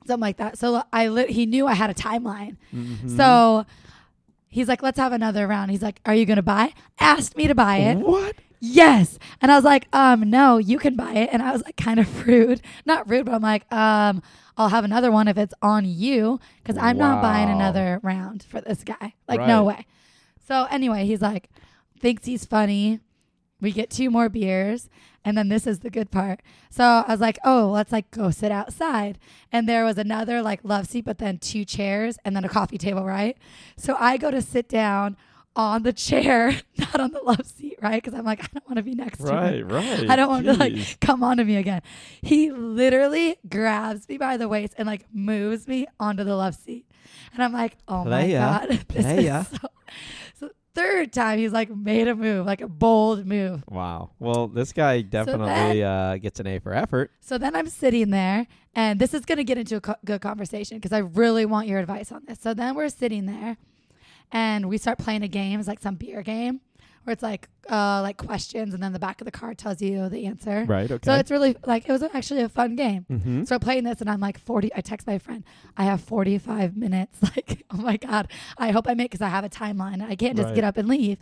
A: something like that so i li- he knew i had a timeline
B: Mm-hmm.
A: so he's like let's have another round he's like are you gonna buy asked me to buy it [laughs]
B: What?
A: yes and i was like um no you can buy it and i was like kind of [laughs] rude not rude but i'm like um i'll have another one if it's on you because i'm not buying
B: Wow.
A: another round for this guy like no
B: Right.
A: way so anyway he's like thinks he's funny we get two more beers and then this is the good part so i was like oh let's like go sit outside and there was another like love seat but then two chairs and then a coffee table right so i go to sit down on the chair [laughs] not on the love seat right because i'm like i don't want to be next to
B: Right,
A: him
B: right.
A: I don't want to
B: Jeez.
A: like come on to me again. He literally grabs me by the waist and like moves me onto the love seat. And I'm like, oh
B: Playa,
A: my God. [laughs] This
B: playa.
A: is so, so third time he's like made a move, like a bold move.
B: Wow. Well, this guy definitely uh, gets an A
A: [laughs]
B: for effort.
A: So then I'm sitting there, and this is going to get into a co- good conversation because I really want your advice on this. So then we're sitting there, and we start playing a game. It's like some beer game where it's like uh, like questions, and then the back of the card tells you the answer.
B: Right. Okay.
A: So it's really like it was actually a fun game.
B: mm-hmm.
A: So playing this, and I'm like 40. I text my friend, I have 45 minutes. [laughs] Like, oh my God, I hope I make because I have a timeline. I can't just
B: Right.
A: get up and leave.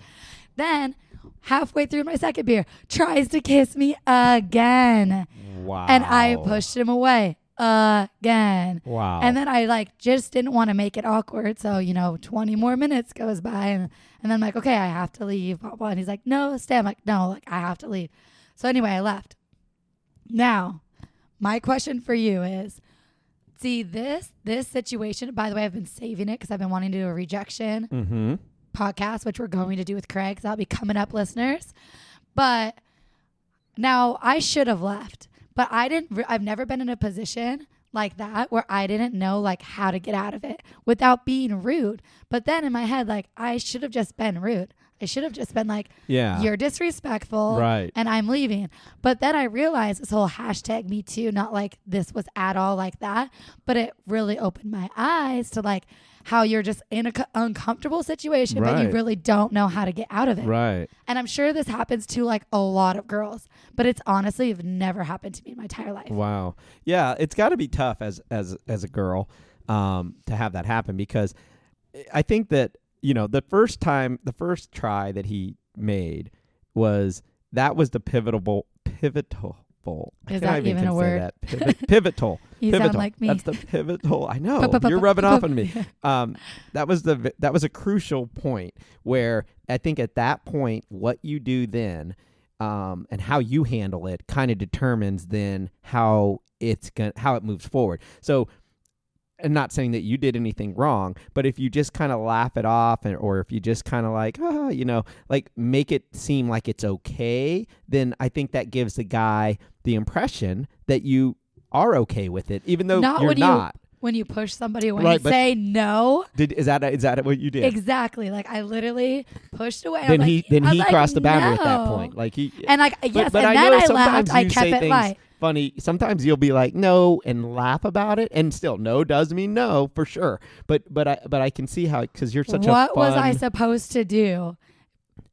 A: Then, halfway through my second beer, tries to kiss me again.
B: Wow.
A: And I pushed him away again.
B: Wow.
A: And then I like just didn't want to make it awkward. So, you know, 20 more minutes goes by and, and then I'm like, okay, I have to leave. Blah, blah. And he's like, no, stay. I'm like, no, like I have to leave. So anyway, I left. Now, my question for you is see this this situation, by the way, I've been saving it because I've been wanting to do a rejection
B: Mm-hmm.
A: podcast, which we're going to do with Craig. So that'll be coming up, listeners. But now I should have left, but I didn't. Re- I've never been in a position like that where I didn't know like how to get out of it without being rude. But then in my head, like I should have just been rude. I should have just been like,
B: Yeah.
A: "You're disrespectful."
B: Right.
A: and I'm leaving. But then I realized this whole hashtag me too, not like this was at all like that, but it really opened my eyes to like how you're just in an uncomfortable situation, but you
B: Right.
A: really don't know how to get out of it.
B: Right.
A: And I'm sure this happens to like a lot of girls, but it's honestly, it never happened to me in my entire life.
B: Wow. Yeah, it's got to be tough as as as a girl um, to have that happen because I think that you know the first time, the first try that he made was that was the pivotal pivotal pivotal. I
A: Is
B: can't
A: that even a
B: can say
A: word? [laughs]
B: that. Pivot, pivotal.
A: You
B: pivotal.
A: sound like me.
B: That's the pivotal. I know.
A: Bu- bu- bu-
B: You're
A: bu-
B: rubbing
A: bu-
B: off on me. Um, that was the that was a crucial point where I think at that point what you do then um, and how you handle it kind of determines then how it's going how it moves forward. So and not saying that you did anything wrong, but if you just kind of laugh it off and or if you just kind of like, ah, you know, like make it seem like it's okay, then I think that gives the guy the impression that you are okay with it, even though
A: Not
B: you're
A: when you-
B: not.
A: [laughs] When you push somebody away
B: Right,
A: and
B: but-
A: say no,
B: Did is that is that what you did?
A: exactly. Like I literally pushed away. I
B: Then
A: was
B: he
A: like-
B: then
A: I was
B: he
A: like,
B: crossed the boundary at that
A: "No."
B: point. Like he
A: And like
B: But-
A: yes,
B: but,
A: and
B: I
A: then
B: know
A: I laughed.
B: sometimes you
A: I
B: say
A: kept it
B: things
A: light.
B: funny. Sometimes you'll be like no and laugh about it, and still no does mean no for sure. But but I but I can see how because you're such a
A: What was I
B: fun-
A: supposed to do?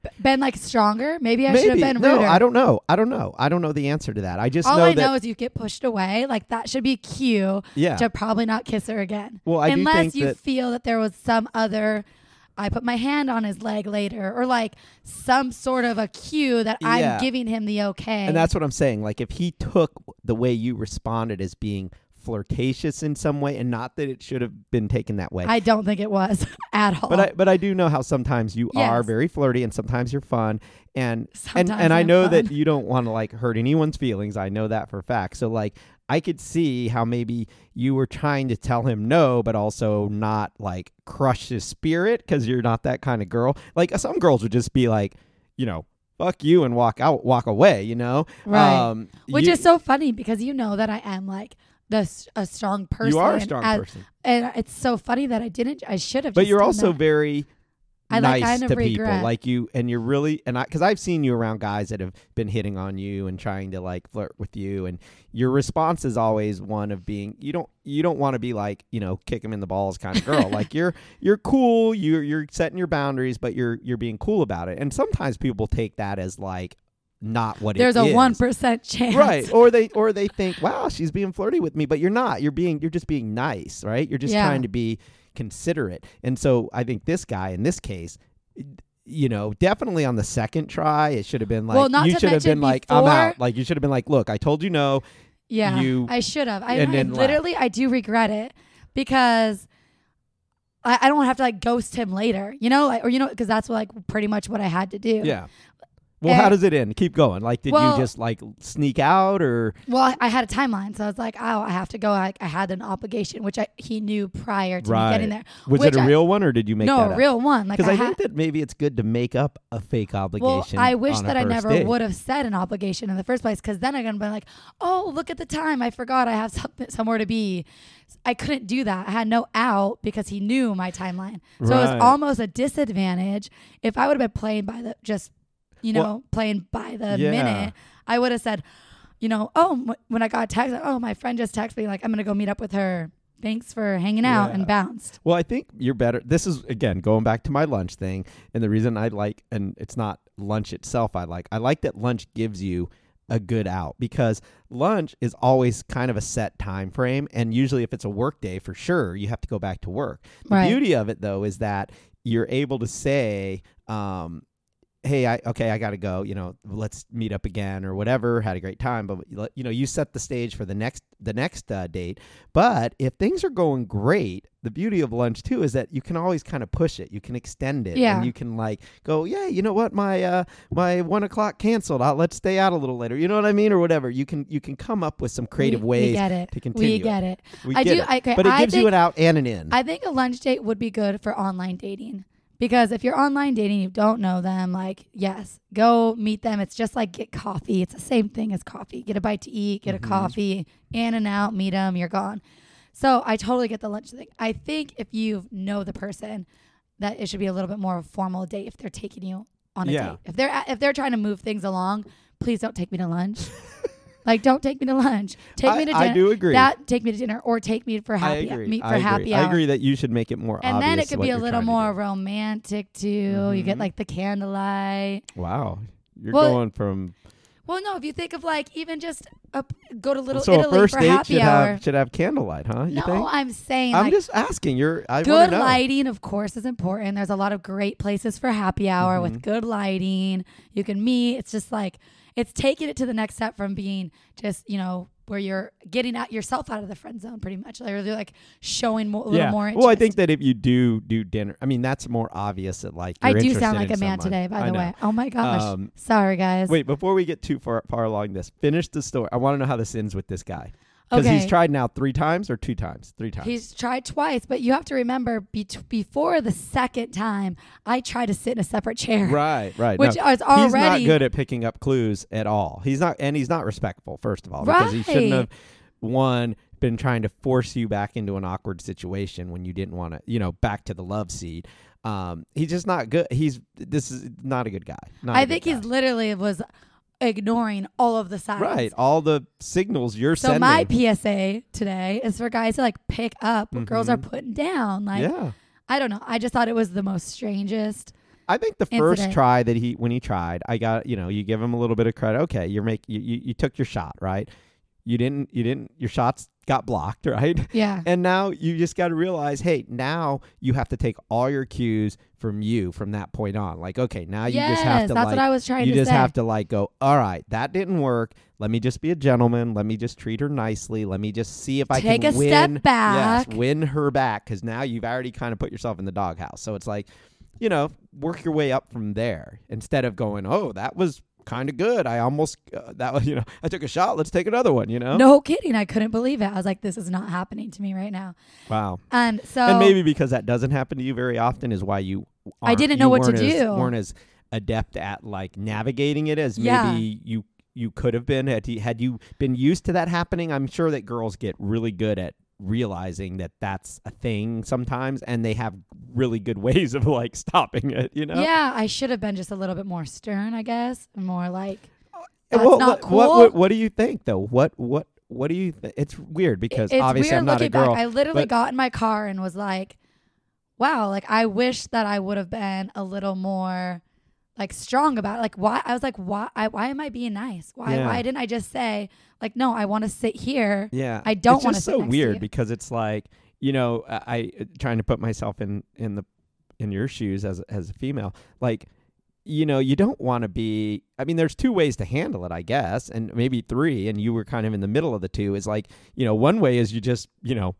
A: B- Been like stronger? Maybe I should have
B: Maybe
A: been
B: no,
A: ruder.
B: I don't know. I don't know. I don't know the answer to that. I just
A: All
B: know
A: I
B: that
A: know is you get pushed away. Like that should be cue
B: yeah.
A: to probably not kiss her again.
B: Well, I do
A: unless
B: think
A: you
B: that-
A: feel that there was some other. I put my hand on his leg later, or like some sort of a cue that
B: Yeah.
A: I'm giving him the okay.
B: And that's what I'm saying. Like if he took the way you responded as being flirtatious in some way, and not that it should have been taken that way.
A: I don't think it was [laughs] at all.
B: but I but I do know how sometimes you are
A: Oh. Yes.
B: very flirty and sometimes you're fun and
A: Sometimes
B: and and I
A: I'm
B: know that
A: fun.
B: you don't want to like hurt anyone's feelings. I know that for a fact. So like I could see how maybe you were trying to tell him no, but also not like crush his spirit because you're not that kind of girl. Like uh, some girls would just be like, you know, fuck you and walk out, walk away. You know,
A: Right.
B: Um,
A: Which
B: you-
A: is so funny because you know that I am like the s- a strong person.
B: you are a strong
A: as-
B: person,
A: and it's so funny that I didn't. I should have.
B: but
A: just
B: you're
A: done
B: also
A: that.
B: very
A: I, like,
B: nice
A: kind of
B: to people
A: regret.
B: like you and you're really and i because i've seen you around guys that have been hitting on you and trying to like flirt with you and your response is always one of being you don't you don't want to be like you know kick him in the balls kind
A: [laughs]
B: of girl like you're you're cool you're you're setting your boundaries but you're you're being cool about it and sometimes people take that as like not what
A: There's
B: it
A: a
B: is.
A: one percent [laughs] chance.
B: right or they or they think wow she's being flirty with me but you're not you're being you're just being nice right you're just
A: Yeah.
B: trying to be considerate and so i think this guy in this case you know definitely on the second try it should have been like
A: Well, not
B: you
A: to
B: should have
A: mention
B: been like i'm
A: before-
B: out like you should have been like look i told you no
A: Yeah.
B: you-
A: I should have. I,
B: and
A: I
B: then left.
A: literally I do regret it because I, I don't have to like ghost him later. You know, like, or you know, because that's like pretty much what I had to do.
B: yeah well how
A: And-
B: does it end keep going like did
A: Well-
B: you just like sneak out or
A: Well, I, I had a timeline, so I was like, oh, I have to go. I, I had an obligation, which I he knew prior to me getting there.
B: was
A: which
B: it a
A: I-
B: real one or did you make
A: no
B: that
A: a
B: up?
A: real one? Like
B: because
A: I
B: I,
A: had.
B: think that maybe it's good to make up a fake
A: well,
B: obligation.
A: I wish
B: on a
A: that I
B: first
A: never
B: date.
A: would have said an obligation in the first place, because then I'm gonna be like, "Oh, look at the time! I forgot I have something somewhere to be." I couldn't do that. I had no out because he knew my timeline, so it
B: Right.
A: was almost a disadvantage. If I would have been playing by the just, you know,
B: Well-
A: playing by the
B: Yeah.
A: minute, I would have said, you know, oh, m- when I got a text, oh, my friend just texted me like I'm gonna go meet up with her. Thanks for hanging out,
B: Yeah.
A: and bounced.
B: Well, I think you're better. This is again going back to my lunch thing, and the reason I like, and it's not lunch itself. I like. I like that lunch gives you a good out because lunch is always kind of a set time frame, and usually if it's a work day, for sure you have to go back to work. The
A: Right.
B: beauty of it though is that you're able to say. Um, Hey, I okay, I gotta go. You know, let's meet up again or whatever. Had a great time, but you know, you set the stage for the next the next uh, date. But if things are going great, the beauty of lunch too is that you can always kind of push it. You can extend it,
A: Yeah.
B: and you can like go, yeah, you know what, my uh, my one o'clock canceled. i let's stay out a little later. You know what I mean, or whatever. You can you can come up with some creative
A: we,
B: ways
A: we get it.
B: to continue.
A: We get it.
B: We
A: I
B: get
A: do-
B: it.
A: I- okay,
B: but it
A: I
B: gives you
A: think-
B: an out and an in.
A: I think a lunch date would be good for online dating because if you're online dating, you don't know them. Like, yes, go meet them. It's just like get coffee. It's the same thing as coffee. Get a bite to eat,
B: Mm-hmm.
A: get a coffee, in and out, meet them, you're gone. So I totally get the lunch thing. I think if you know the person, that it should be a little bit more of a formal date if they're taking you on a
B: Yeah.
A: date. If they're if they're trying to move things along, please don't take me to lunch. like, don't take me to lunch. Take
B: [laughs] I-
A: me to dinner.
B: I do agree.
A: That take me to dinner or take me for
B: I
A: happy
B: agree.
A: meet for
B: I agree.
A: happy
B: I
A: hour
B: agree that you should make it more
A: and
B: obvious.
A: then it could
B: what
A: be a
B: you're
A: little
B: trying to
A: more romantic too. You
B: Mhm.
A: get like the candlelight.
B: do. Wow, you're
A: Well,
B: going from
A: Well, no, if you think of like even just a, go to Little
B: so
A: Italy
B: a first
A: for
B: date
A: happy
B: should
A: hour.
B: have should have candlelight, huh? You
A: no,
B: think?
A: I'm saying
B: I'm
A: like,
B: just asking. You're I wanna
A: good
B: know.
A: lighting, of course, is important. There's a lot of great places for happy hour
B: Mm-hmm.
A: with good lighting. You can meet. It's just like it's taking it to the next step from being just you know where you're getting out yourself out of the friend zone, pretty much. Like you're like showing mo- a little more. Interest.
B: Well, I think that if you do do dinner, I mean that's more obvious that like
A: I
B: you're
A: do
B: interested
A: sound like
B: in
A: a man
B: someone.
A: today, by
B: I
A: the
B: know.
A: way. Oh my gosh.
B: Um,
A: Sorry, guys.
B: Wait, before we get too far, far along this, finish the story. I want to know how this ends with this guy because he's
A: Okay.
B: tried now three times or two times, three times.
A: He's tried twice, but you have to remember be- before the second time, I tried to sit in a separate chair.
B: right, right.
A: Which
B: no.
A: is
B: he's not
A: already-
B: good at picking up clues at all. He's not, and he's not respectful. First of all, because he shouldn't
A: Right.
B: have one been trying to force you back into an awkward situation when you didn't want to. You know, back to the love seat. Um, he's just not good. He's this is not a good guy. Not
A: I
B: a good
A: think
B: guy.
A: he's literally was ignoring all of the signs.
B: right. All the signals you're
A: So
B: sending.
A: my PSA today is for guys to like pick up what girls are putting down. Like
B: Mm-hmm. yeah.
A: I don't know. I just thought it was the most strangest.
B: I think the first
A: Incident.
B: try that he when he tried, I got you know you give him a little bit of credit. Okay, you're make you, you, you took your shot right. You didn't you didn't your shots got blocked [laughs] right.
A: Yeah.
B: And now you just got to realize, hey, now you have to take all your cues from you from that point on. Like, okay, now you just have
A: Yes,
B: to
A: that's
B: like
A: what I was trying
B: you
A: to
B: just
A: say.
B: have to like go, all right, that didn't work. Let me just be a gentleman. Let me just treat her nicely. Let me just see if I
A: Take
B: can
A: a
B: win.
A: step back.
B: Yes, win her back because now you've already kind of put yourself in the doghouse. So it's like, you know, work your way up from there instead of going, oh, that was kind of good. I almost uh, that was [laughs] you know I took a shot. Let's take another one. You know,
A: No kidding. I couldn't believe it. I was like, this is not happening to me right now.
B: wow.
A: And so
B: and maybe because that doesn't happen to you very often is why you aren't-
A: didn't
B: you
A: know what to
B: weren't as-
A: do.
B: weren't as adept at like navigating it as
A: Yeah.
B: maybe you you could have been had you, had you been used to that happening i'm sure that girls get really good at realizing that that's a thing sometimes and they have really good [laughs] ways of like stopping it you know
A: Yeah, I should have been just a little bit more stern, I guess. More like
B: And
A: that's
B: what,
A: not
B: what- what,
A: cool.
B: what what do you think though what what what do you th- it's weird because
A: it's
B: obviously
A: weird
B: i'm not a
A: looking
B: girl
A: back. I literally
B: but-
A: got in my car and was like, wow, like I wish that I would have been a little more like strong about it. Like why I was like, why I, why am I being nice? Why
B: Yeah.
A: why didn't I just say, like, no, I want to sit here.
B: Yeah,
A: I don't
B: It's
A: wanna
B: just
A: sit
B: so
A: next to
B: weird
A: you.
B: because it's like you know uh, I, I trying to put myself in in the in your shoes as as a female like you know you don't want to be i mean there's two ways to handle it i guess and maybe three and you were kind of in the middle of the two is like you know one way is you just you know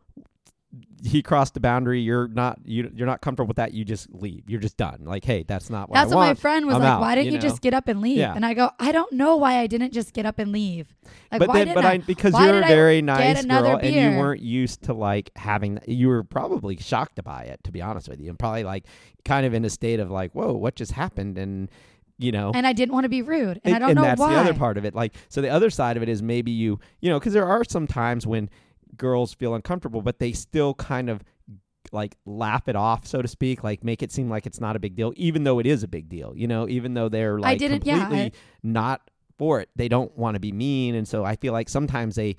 B: he crossed the boundary you're not you, you're not comfortable with that you just leave you're just done like hey that's not what
A: That's
B: i
A: what
B: want
A: my friend was
B: I'm
A: like,
B: out,
A: why didn't you,
B: know?
A: just get up and leave?
B: Yeah.
A: And I go, I don't know why I didn't just get up and leave. Like
B: but
A: why
B: then,
A: didn't
B: but
A: I,
B: I, because
A: why
B: you're a
A: did I
B: very
A: get
B: nice
A: another
B: girl and you
A: beer?
B: weren't used to like having that, you were probably shocked by it, to be honest with you, and probably like kind of in a state of like, whoa, what just happened? And you know,
A: and I didn't want to be rude. And, I don't
B: and
A: know
B: that's
A: why.
B: the other part of it. Like, so the other side of it is maybe you, you know, because there are some times when girls feel uncomfortable, but they still kind of like laugh it off, so to speak, like make it seem like it's not a big deal, even though it is a big deal, you know, even though they're like
A: didn't- yeah,
B: completely
A: I-
B: not for it. They don't want to be mean. And so I feel like sometimes they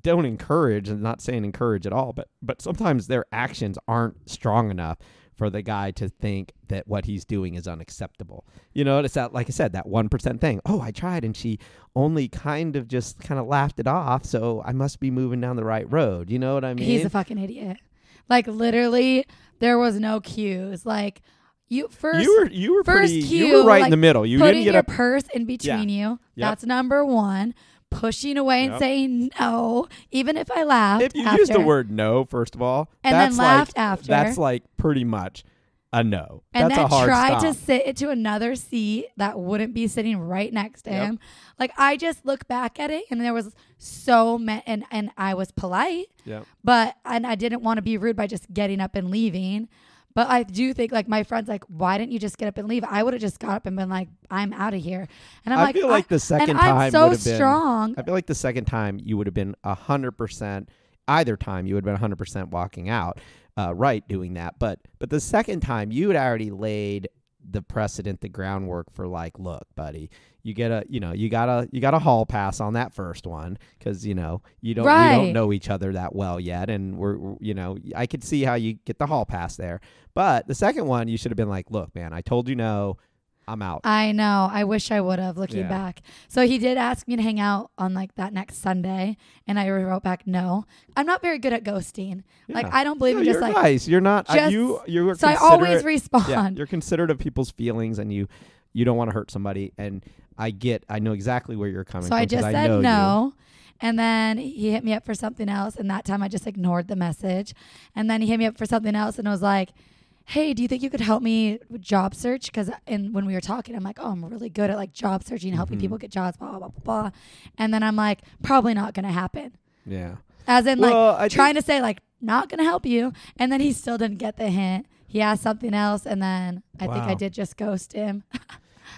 B: don't encourage and not saying encourage at all, but but sometimes their actions aren't strong enough for the guy to think that what he's doing is unacceptable. You know, it's that like I said, that one percent thing. Oh, I tried and she only kind of just kind of laughed it off, so I must be moving down the right road. You know what I mean?
A: He's a fucking idiot. Like literally, there was no cues. Like you first,
B: you were you were
A: first
B: pretty
A: cue,
B: you were right in
A: like,
B: the middle. You
A: putting
B: didn't get
A: your
B: up
A: purse in between you.
B: Yep.
A: That's number one. Pushing away and
B: Yep.
A: saying no, even if I laughed.
B: if you
A: after.
B: use the word no first of all,
A: And then
B: that's
A: laughed
B: like,
A: after.
B: That's like pretty much a no.
A: and
B: that's
A: then
B: a hard
A: tried to
B: stop.
A: sit into another seat that wouldn't be sitting right next to
B: Yep.
A: him. Like I just look back at it, and there was so many, and and I was polite,
B: Yep.
A: but and I didn't want to be rude by just getting up and leaving. But I do think like my friends like, why didn't you just get up and leave? I would have just got up and been like, I'm out of here. And I'm
B: I
A: like,
B: feel like the second
A: and
B: time
A: I'm so
B: would have been-
A: strong.
B: I feel like the second time you would have been a hundred percent. Either time you would have been hundred percent walking out, uh, right, doing that. But but the second time you had already laid the precedent, the groundwork for like, look, buddy, you get a, you know, you gotta you gotta hall pass on that first one because you know you don't we don't
A: Right.
B: know each other that well yet, and we're, we're- you know I could see how you get the hall pass there. But the second one you should have been like, look, man, I told you no. I'm out.
A: I know. I wish I would have looking
B: Yeah.
A: back. So he did ask me to hang out on like that next Sunday, and I wrote back, "No, I'm not very good at ghosting. Like
B: Yeah.
A: I don't believe
B: No,
A: in just
B: you're
A: like."
B: nice. You're not. uh,
A: just-
B: you you are
A: So I always
B: considerate-
A: respond.
B: yeah, you're considerate of people's feelings, and you you don't want to hurt somebody. And I get. I know exactly where you're coming
A: so
B: from.
A: I
B: 'cause
A: just
B: know
A: said
B: you.
A: no. And then he hit me up for something else. And that time I just ignored the message. And then he hit me up for something else and was like, Hey, do you think you could help me with job search? Because and when we were talking, I'm like, oh, I'm really good at like job searching, helping
B: Mhm.
A: people get jobs, blah blah blah blah. blah. And then I'm like, probably not gonna happen.
B: Yeah.
A: As in,
B: Well, I
A: like
B: think-
A: trying to say like not gonna help you. And then he still didn't get the hint. He asked something else, and then I think
B: Wow.
A: I did just ghost him.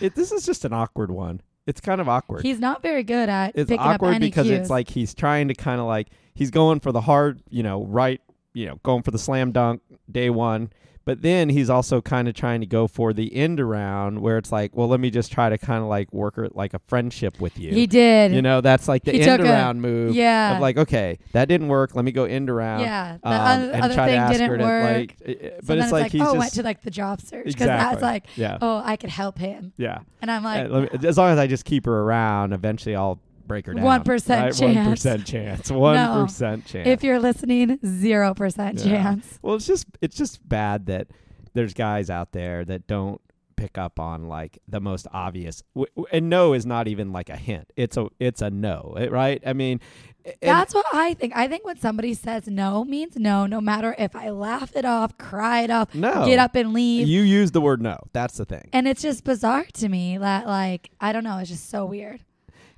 B: It, this is just an awkward one. It's kind of awkward.
A: He's not very good at
B: it's
A: picking up
B: awkward
A: any
B: because
A: cues.
B: it's like he's trying to kind of like he's going for the hard, you know, right, you know, going for the slam dunk day one. But then he's also kind of trying to go for the end around where it's like, well, let me just try to kind of like work it like a friendship with you.
A: he did.
B: you know, that's like the
A: He
B: end
A: took a-
B: around move.
A: yeah.
B: Of like, okay, that didn't work. Let me go end around.
A: Yeah, the
B: um,
A: other,
B: and
A: other
B: try to
A: thing
B: ask
A: didn't
B: her to
A: work.
B: like, i- i-
A: So
B: but
A: then
B: it's like, he's
A: oh,
B: just
A: went to like the job search because
B: exactly.
A: that's like,
B: yeah,
A: oh, I could help him,
B: yeah.
A: and I'm like,
B: Uh, let me, as long as I just keep her around, eventually I'll break her down.
A: 1%
B: One
A: chance. [laughs]
B: percent chance. One percent chance.
A: if you're listening, zero percent
B: Yeah.
A: chance.
B: well, it's just it's just bad that there's guys out there that don't pick up on like the most obvious, w- w- and no is not even like a hint. It's a it's a no, eh, right? I mean, a- and-
A: that's what I think. I think when somebody says no means no, no matter if I laugh it off, cry it off,
B: No.
A: get up and leave.
B: you use the word no. That's the thing.
A: and it's just bizarre to me that like I don't know, it's just so weird.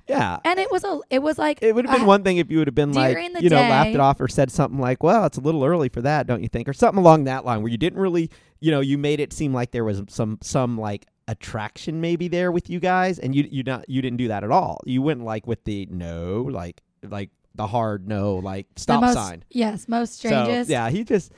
B: Yeah.
A: And it was a, it was like
B: It would have been
A: a-
B: one thing if you would have been like,
A: During the
B: you know, laughed
A: day-
B: it off or said something like, well, it's a little early for that, don't you think? Or something along that line where you didn't really, you know, you made it seem like there was some, some like, attraction maybe there with you guys and you you not you didn't do that at all you went like with the no like like the hard no like
A: the
B: stop
A: most,
B: sign
A: Yes, most
B: So,
A: strangest.
B: yeah he just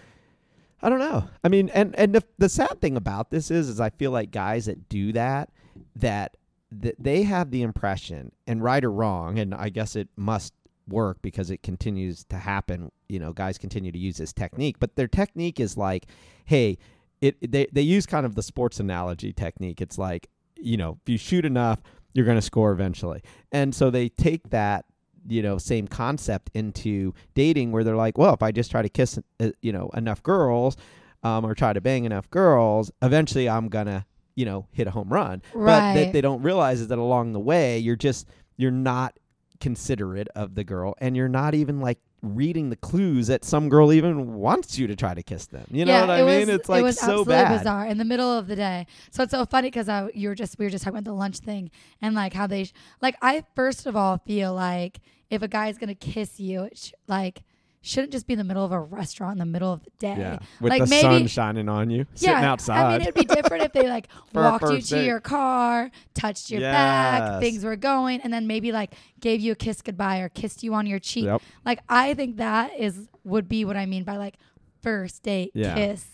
B: i don't know i mean and and the, the sad thing about this is is i feel like guys that do that that that they have the impression, and right or wrong, and I guess it must work because it continues to happen. You know, guys continue to use this technique, but their technique is like, hey, it they they use kind of the sports analogy technique. It's like, you know, if you shoot enough, you're going to score eventually, and so they take that you know same concept into dating where they're like well if i just try to kiss uh, you know enough girls um, or try to bang enough girls eventually i'm gonna you know hit a home run but that
A: Right.
B: they don't realize is that along the way you're just you're not considerate of the girl and you're not even like reading the clues that some girl even wants you to try to kiss them you know what i
A: it
B: mean
A: was-
B: it's like
A: it was
B: so
A: absolutely
B: bad
A: bizarre in the middle of the day. So it's so funny because you were just we were just talking about the lunch thing and like how they sh- like I first of all feel like if a guy's gonna kiss you, it sh- like shouldn't just be in the middle of a restaurant in the middle of the day.
B: yeah with
A: like
B: the
A: maybe.
B: sun shining on you sitting
A: yeah,
B: outside
A: I mean, it'd be different if
B: [laughs]
A: they like
B: For a
A: walked you
B: first
A: to
B: date.
A: your car, touched your
B: Yes.
A: back, things were going, and then maybe like gave you a kiss goodbye or kissed you on your cheek.
B: Yep.
A: Like I think that is would be what I mean by like first date
B: Yeah.
A: kiss,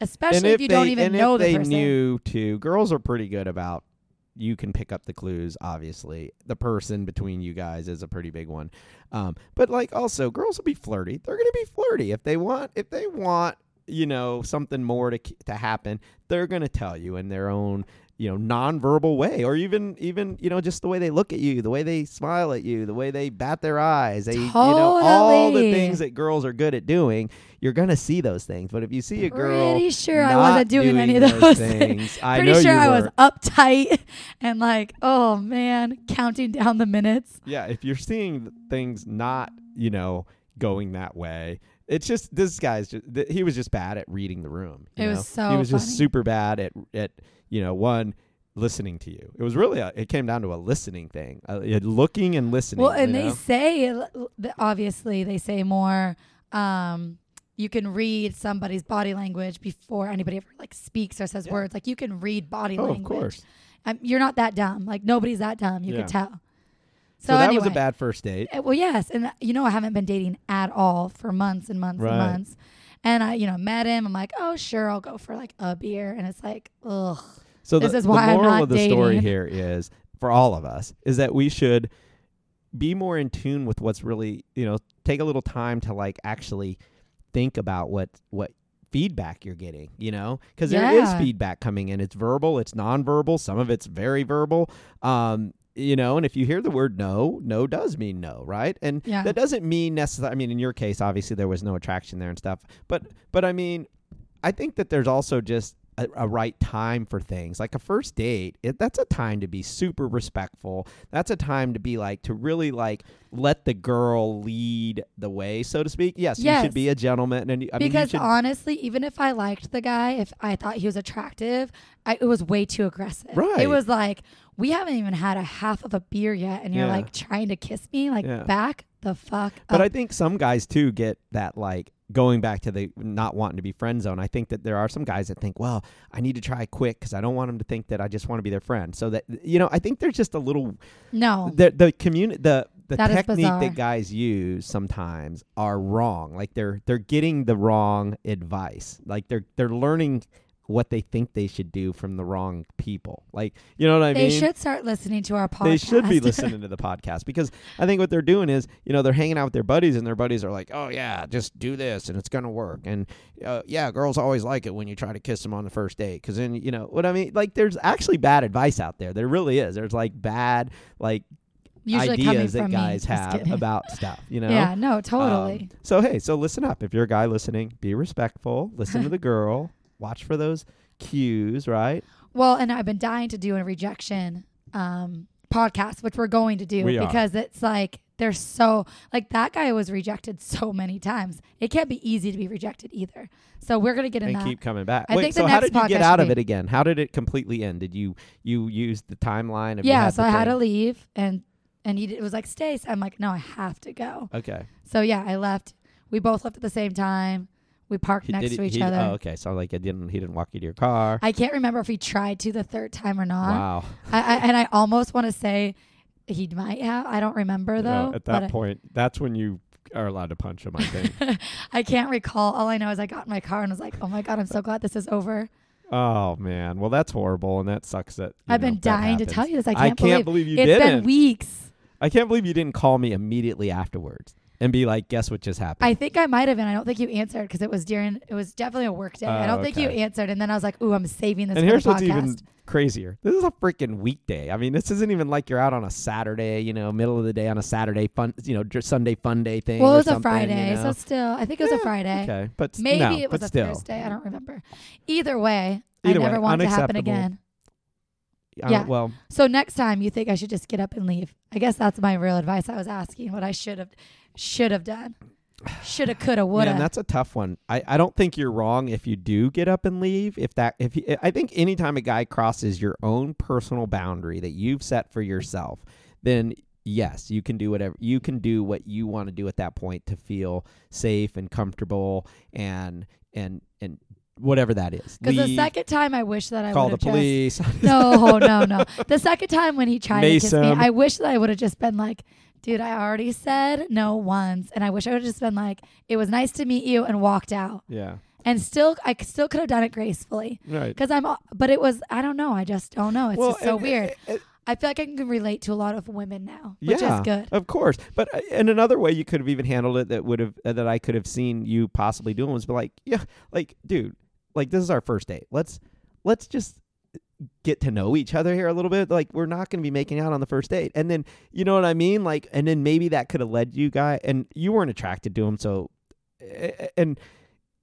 A: especially if, you don't even
B: and
A: know
B: if
A: the
B: they
A: person.
B: knew too girls are pretty good about you can pick up the clues obviously the person between you guys is a pretty big one um, but like also girls will be flirty they're gonna be flirty if they want if they want you know something more to k- to happen they're gonna tell you in their own you know nonverbal way or even even you know just the way they look at you the way they smile at you the way they bat their eyes they you know all the
A: Totally.
B: things that girls are good at doing you're gonna see those things but if you see a girl
A: Pretty sure I
B: not
A: wasn't doing, any of
B: those
A: those
B: things. I
A: Pretty
B: know
A: sure
B: you
A: I was
B: were.
A: uptight [laughs] and like, oh man, counting down the minutes.
B: Yeah, if you're seeing th- things not, you know, going that way, it's just this guy's just th- he was just bad at reading the room. you
A: It was
B: know?
A: so
B: he was just
A: funny.
B: super bad at at you know one listening to you. It was really a, it came down to a listening thing, uh, yeah, looking and listening.
A: Well, and
B: you
A: they
B: know?
A: say l- l- th- obviously they say more. Um, you can read somebody's body language before anybody ever like speaks or says
B: Yeah.
A: words. Like you can read body
B: oh,
A: language.
B: of course.
A: Um, you're not that dumb. Like nobody's that dumb. You
B: Yeah.
A: could tell.
B: So,
A: So,
B: that
A: anyway,
B: was a bad first date.
A: Uh, Well, yes, and uh, you know I haven't been dating at all for months and months
B: Right.
A: and months. And I, you know, met him. I'm like, oh, sure, I'll go for like a beer. And it's like, ugh.
B: So
A: This
B: the,
A: is why I'm
B: the moral
A: not
B: of the story
A: dating. [laughs]
B: here is for all of us is that we should be more in tune with what's really you know take a little time to like actually think about what what feedback you're getting, you know, because there is
A: Yeah.
B: feedback coming in. It's verbal, it's nonverbal, some of it's very verbal. Um, you know, and if you hear the word no, no does mean no, right? And
A: Yeah.
B: that doesn't mean necessarily. I mean, in your case, obviously there was no attraction there and stuff, but but I mean, I think that there's also just a, a right time for things. Like a first date, it, that's a time to be super respectful. That's a time to be like to really like let the girl lead the way, so to speak. Yes, you
A: Yes.
B: should be a gentleman, and you- I mean, you
A: because
B: should,
A: honestly, even if I liked the guy, if I thought he was attractive, I, it was way too aggressive.
B: Right.
A: It was like, we haven't even had a half of a beer yet, and you're
B: Yeah.
A: like trying to kiss me, like
B: Yeah.
A: back the fuck
B: But I
A: up.
B: think some guys too get that like going back to the not wanting to be friend zone. I think that there are some guys that think, well, I need to try quick because I don't want them to think that I just want to be their friend. So that you know, I think there's just a little
A: no.
B: the the communi- the the
A: Oh. That is
B: technique
A: bizarre.
B: that guys use sometimes are wrong. Like they're they're getting the wrong advice. Like they're they're learning what they think they should do from the wrong people. Like you know what I
A: they
B: mean?
A: should start listening to our podcast. [laughs]
B: They should be listening to the podcast because I think what they're doing is, you know, they're hanging out with their buddies and their buddies are like, oh, yeah, just do this and it's going to work. And uh, yeah, girls always like it when you try to kiss them on the first date because then, you know, what I mean? Like, there's actually bad advice out there. There really is. There's like bad, like,
A: Usually coming
B: ideas that
A: from
B: guys
A: me. Just
B: have
A: kidding.
B: about stuff,
A: [laughs]
B: you know?
A: Yeah, no,
B: Um,
A: totally.
B: so, hey, so listen up. If you're a guy listening, be respectful,
A: [laughs]
B: listen to the girl, watch for those cues, right?
A: Well, and I've been dying to do a rejection um, podcast, which we're going to do
B: We are.
A: because it's like they're so like that guy was rejected [laughs] so many times. It can't be easy to be rejected either. So we're gonna get in
B: and
A: that.
B: keep coming back.
A: I
B: Wait,
A: think the
B: so how
A: next
B: did you get
A: podcast
B: out
A: should
B: of
A: be-
B: it again? How did it completely end? Did you you use the timeline? Of you
A: yeah.
B: had
A: So
B: the
A: I had to
B: thing?
A: leave, and and he d- it was like stay. So I'm like, no, I have to go.
B: Okay.
A: So yeah, I left. We both left at the same time. We parked
B: He-
A: next
B: did he-
A: to each
B: he-
A: other.
B: Oh, okay. So like it didn't he didn't walk you to your car.
A: I can't remember if he tried to the third time or not.
B: wow.
A: I, I, and I almost want to say he might have. I don't remember though. but
B: at that
A: I-
B: point, that's when you are allowed to punch him.
A: [laughs]
B: I think.
A: I can't recall. All I know is I got in my car and was like, "Oh my god, I'm so glad this is over."
B: oh man. Well, that's horrible, and that sucks. That you
A: I've
B: know,
A: been
B: that
A: dying to
B: happens.
A: tell you this. I
B: I
A: can't, believe,
B: you
A: it's
B: didn't.
A: been weeks.
B: I can't believe you didn't call me immediately afterwards and be like, "Guess what just happened."
A: I think I might have been. I don't think you answered because it was during. It was definitely a work day. I
B: Oh,
A: don't think you
B: okay.
A: answered, and then I was like, "Ooh, I'm saving this
B: and
A: for
B: here's
A: the
B: what's
A: podcast."
B: even crazier. This is a freaking weekday. I mean, this isn't even like you're out on a Saturday, you know, middle of the day on a Saturday fun, you know, dr- Sunday fun day thing.
A: well,
B: or
A: it was a
B: something,
A: Friday,
B: you know?
A: so still, I think it was
B: Yeah,
A: a Friday.
B: Okay, but s-
A: Maybe
B: no,
A: it
B: but
A: was a
B: still,
A: Thursday. I don't remember. Either way,
B: Either
A: I
B: way,
A: never want it to happen
B: unacceptable.
A: again.
B: I don't-
A: yeah.
B: Uh, Well,
A: So next time you think I should just get up and leave. I guess that's my real advice. I was asking what I should have should have done. Should have, could have, would
B: man,
A: have.
B: that's a tough one. I, I don't think you're wrong if you do get up and leave. If that, if you, I think anytime a guy crosses your own personal boundary that you've set for yourself, then yes, you can do whatever you can do what you want to do at that point to feel safe and comfortable and and and whatever that is.
A: Because the
B: Leave,
A: second time I wish that I
B: call
A: would
B: the
A: have
B: police. [laughs]
A: Just, no, no, no. The second time when he tried to kiss
B: Mason.
A: me, I wish that I would have just been like, dude, I already said no once, and I wish I would have just been like, it was nice to meet you, and walked out.
B: yeah.
A: And still, I c- still could have done it gracefully.
B: Right.
A: Because I'm, but it was, I don't know. I just don't know. It's
B: well,
A: just so
B: and- eh,
A: weird.
B: and-
A: I feel like I can relate to a lot of women now, which
B: yeah,
A: is good.
B: Of course. But uh, and another way you could have even handled it that would have uh, that I could have seen you possibly doing was be like, yeah, like dude, like this is our first date. Let's let's just uh, get to know each other here a little bit. Like we're not going to be making out on the first date. And then, you know what I mean? Like and then maybe that could have led you guy and you weren't attracted to him, so a- a- and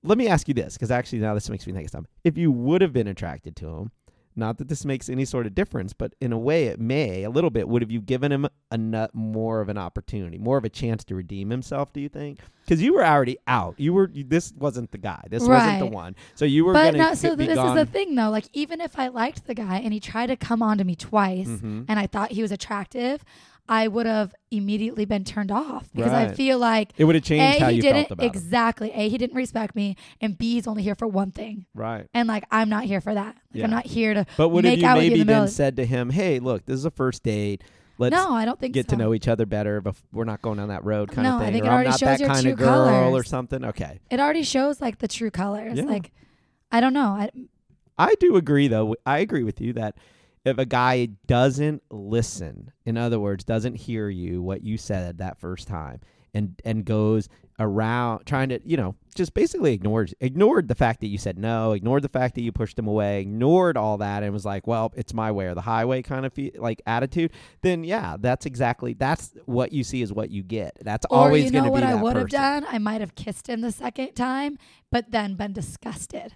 B: let me ask you this cuz actually now this makes me think of something. If you would have been attracted to him, not that this makes any sort of difference, but in a way it may, a little bit. Would have you given him a nut more of an opportunity, more of a chance to redeem himself? Do you think? Because you were already out. You were. You, this wasn't the guy. This wasn't the
A: Right.
B: one. So you were.
A: But
B: gonna
A: no, so
B: be
A: th- this
B: gone.
A: is the thing though. Like even if I liked the guy and he tried to come on to me twice
B: Mhm.
A: and I thought he was attractive, I would have immediately been turned off because I
B: Right.
A: feel like
B: It would have changed how
A: A he
B: you felt
A: didn't
B: about him.
A: exactly A he didn't respect me and B he's only here for one thing.
B: Right.
A: And like I'm not here for that. Like
B: Yeah.
A: I'm not here to
B: But would have
A: make
B: you
A: out with you in
B: maybe
A: the middle.
B: then
A: of-
B: said to him, "Hey, look, this is a first date. Let's
A: no, I don't think
B: get
A: so.
B: to know each other better. But we're not going on that road kind
A: No,
B: of
A: I
B: thing.
A: think
B: or
A: it
B: I'm
A: already
B: not
A: shows
B: that
A: your
B: kind
A: true
B: of girl or
A: colors.
B: something." Okay.
A: It already shows like the true colors.
B: Yeah.
A: Like I don't know. I,
B: I do agree, though. I agree with you that if a guy doesn't listen, in other words, doesn't hear you what you said that first time, and and goes around trying to you know just basically ignored ignored the fact that you said no ignored the fact that you pushed them away ignored all that and was like well it's my way or the highway kind of fe- like attitude then yeah that's exactly that's what you see is what you get that's
A: Or
B: always
A: you
B: going
A: know
B: to be
A: what I
B: that
A: would have
B: person.
A: done? I might have kissed him the second time, but then been disgusted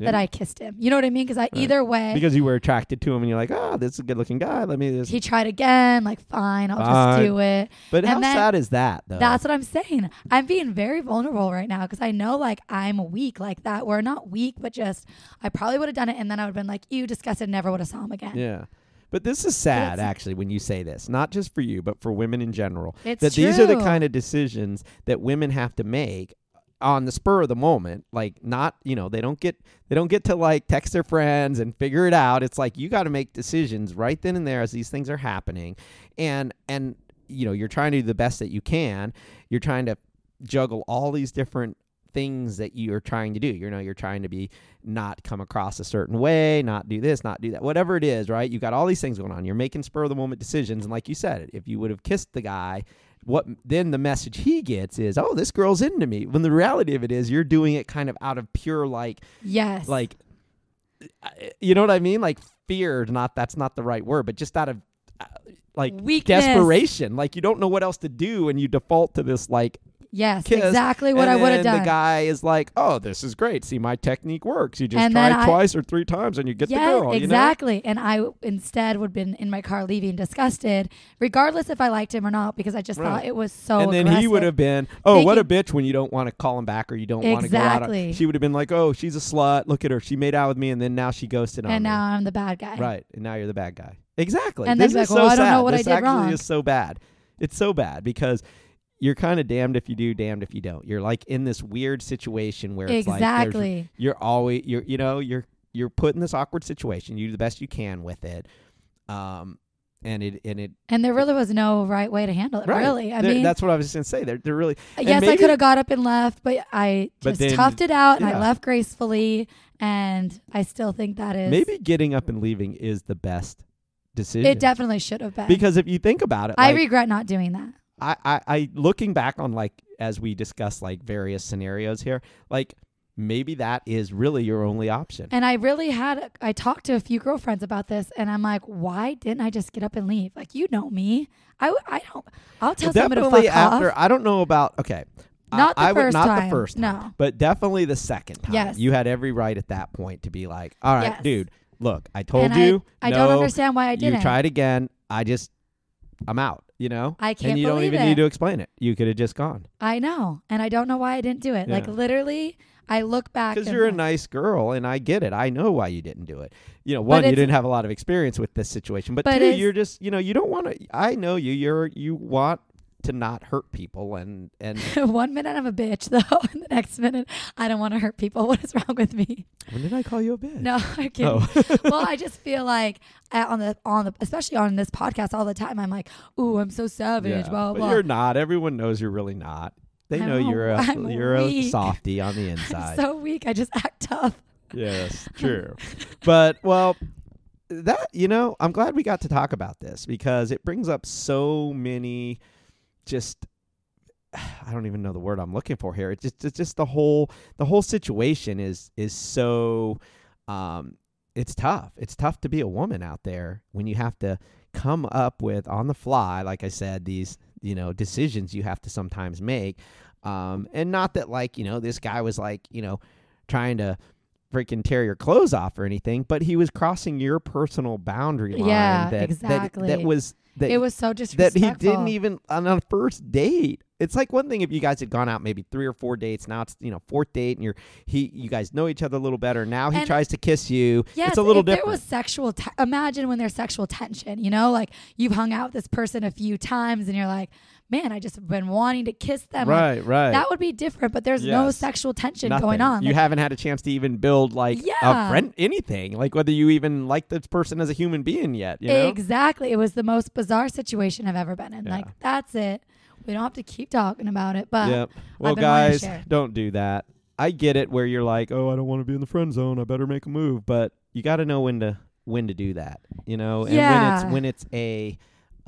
A: that
B: Yeah.
A: I kissed him. You know what I mean? Because I either way,
B: because you were attracted to him and you're like oh this is a good looking guy let me just
A: he tried again. Like fine, I'll
B: Fine.
A: just do it.
B: but
A: and
B: how
A: then-
B: sad is that though
A: That's what I'm saying. I'm being very vulnerable right now because I know like I'm weak like that. We're not weak, but just I probably would have done it, and then I would have been like, "You disgusted." Never would have saw him again.
B: Yeah. But this is sad,
A: it's-
B: actually, when you say this, not just for you, but for women in general.
A: It's
B: that these are the
A: true.
B: kind of decisions that women have to make on the spur of the moment. Like, not you know, they don't get they don't get to like text their friends and figure it out. It's like you got to make decisions right then and there as these things are happening, and and you know you're trying to do the best that you can. You're trying to juggle all these different things that you're trying to do. You know, you're trying to be not come across a certain way, not do this, not do that, whatever it is, right? You got all these things going on. You're making spur of the moment decisions. And like you said, if you would have kissed the guy, what then the message he gets is, oh, this girl's into me. When the reality of it is, you're doing it kind of out of pure, like,
A: Yes.
B: like, uh, you know what I mean? Like fear, not that's not the right word, but just out of uh, like
A: Weakness.
B: desperation. Like you don't know what else to do, and you default to this like
A: yes,
B: kiss.
A: exactly what
B: and
A: I would
B: then
A: have done.
B: The guy is like, "Oh, this is great. See, my technique works. You just
A: And
B: try
A: then I-
B: twice or three times, and you get
A: yeah,
B: the girl."
A: exactly. And I instead would have been in my car leaving disgusted, regardless if I liked him or not, because I just
B: Right.
A: thought it was so.
B: You know? And then he
A: aggressive.
B: would have been, "Oh, what a bitch!" When you don't want to call him back or you don't want to go out. on-"
A: Exactly.
B: She would have been like, "Oh, she's a slut. Look at her. She made out with me, and then now she ghosted on
A: And
B: me."
A: now I'm the bad guy.
B: Right, and now you're the bad guy. Exactly.
A: And then
B: this
A: be
B: is
A: like, "Well,
B: so
A: I don't know
B: sad.
A: what I
B: this
A: did
B: actually
A: wrong."
B: is so bad. It's so bad because you're kind of damned if you do, damned if you don't. You're like in this weird situation where it's like there's
A: Exactly.
B: you're always you're you know you're you're put in this awkward situation you do the best you can with it um and it and it
A: and there really was no right way to handle it.
B: right.
A: Really. I
B: There-
A: mean,
B: that's what i was gonna say they're, they're really and
A: yes, I
B: maybe-
A: could have got up and left, but I
B: But
A: just
B: then-
A: toughed it out and
B: yeah.
A: I left gracefully. And I still think that is.
B: maybe getting up and leaving is the best decision
A: It definitely should have been.
B: because if you think about it
A: I
B: like,
A: regret not doing that.
B: I, I i looking back on like as we discuss like various scenarios here like maybe that is really your only option
A: And I really had, I talked to a few girlfriends about this, and I'm like, why didn't I just get up and leave? Like, you know me. I, w- I don't, I'll tell someone to fuck
B: definitely after
A: off.
B: i don't know about okay I-
A: Not the
B: I, would
A: first
B: not
A: time.
B: the first time,
A: No.
B: but definitely the second time
A: Yes.
B: you had every right at that point to be like all right
A: Yes.
B: dude look i told
A: and
B: you
A: I, I
B: no,
A: don't understand why I
B: you
A: didn't.
B: tried again i just i'm out you know
A: I can't
B: and you don't
A: believe
B: even
A: it.
B: need to explain it you could have just gone
A: I know. And I don't know why I didn't do it. Like,
B: Yeah.
A: literally, I look back.
B: because
A: and
B: you're a
A: like-
B: nice girl and i get it i know why you didn't do it you know one you
A: it's-
B: didn't have a lot of experience with this situation but,
A: But
B: two
A: it's-
B: you're just you know you don't want to i know you you're you want to not hurt people and
A: [laughs]
B: and
A: One minute I'm a bitch, though. [laughs] And the next minute, I don't want to hurt people. [laughs] What is wrong with
B: [laughs]
A: me?
B: when did i call you a bitch
A: No, I'm kidding.
B: Oh, [laughs]
A: well, I just feel like uh, on the on the especially on this podcast all the time, I'm like, ooh, I'm so savage.
B: Yeah,
A: blah
B: but
A: blah. [laughs]
B: you're not. Everyone knows you're really not. They
A: I'm
B: know
A: a-
B: you're a
A: I'm
B: you're a
A: weak. [laughs]
B: softy on the
A: I'm [laughs]
B: inside.
A: so weak. I just act tough.
B: yes, true. but well, that you know, I'm glad we got to talk about this because it brings up so many just [sighs] I don't even know the word I'm looking for here. It's just it's just the whole the whole situation is is so um it's tough. It's tough to be a woman out there when you have to come up with on the fly, like I said, these, you know, decisions you have to sometimes make. Um and not that like, you know, this guy was like, you know, trying to freaking tear your clothes off or anything, but he was crossing your personal boundary line
A: Yeah,
B: that,
A: exactly.
B: that that was that
A: It was so
B: that
A: disrespectful.
B: he didn't even on a first date. It's like one thing if you guys had gone out maybe three or four dates. Now it's you know fourth date and you're he you guys know each other a little better. Now he
A: And-
B: tries to kiss you.
A: Yes,
B: it's a little
A: if
B: different.
A: there was sexual, te- imagine when there's sexual tension. You know, like you've hung out with this person a few times, and you're like, man, I just have been wanting to kiss them. Like,
B: right.
A: That would be different, but there's no
B: Yes.
A: sexual tension
B: Nothing.
A: going on.
B: You
A: Like,
B: haven't had a chance to even build like a
A: Yeah.
B: friend anything, like whether you even like this person as a human being yet. You know.
A: Exactly. It was the most bizarre situation I've ever been in.
B: Yeah.
A: Like, that's it. We don't have to keep talking about it, but
B: Yep. Well,
A: Uh, been wanting to
B: guys,
A: share.
B: don't do that. I get it where you're like, oh, I don't want to be in the friend zone. I better make a move, but you got to know when to when to do that, you know. And
A: Yeah.
B: when it's when it's a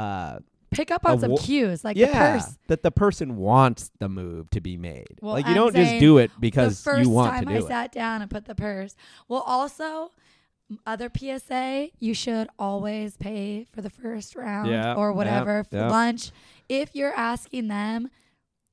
B: uh,
A: pick up on
B: A
A: some
B: wa-
A: cues, like
B: yeah,
A: the purse.
B: that the person wants the move to be made.
A: Well,
B: like you
A: I'm
B: don't just
A: saying
B: do it because
A: the first
B: you want
A: time
B: to do
A: I
B: it.
A: sat down and put the purse. Well, also other PSA, you should always pay for the first round
B: Yeah,
A: or
B: yeah,
A: whatever for
B: yeah.
A: lunch. If you're asking them,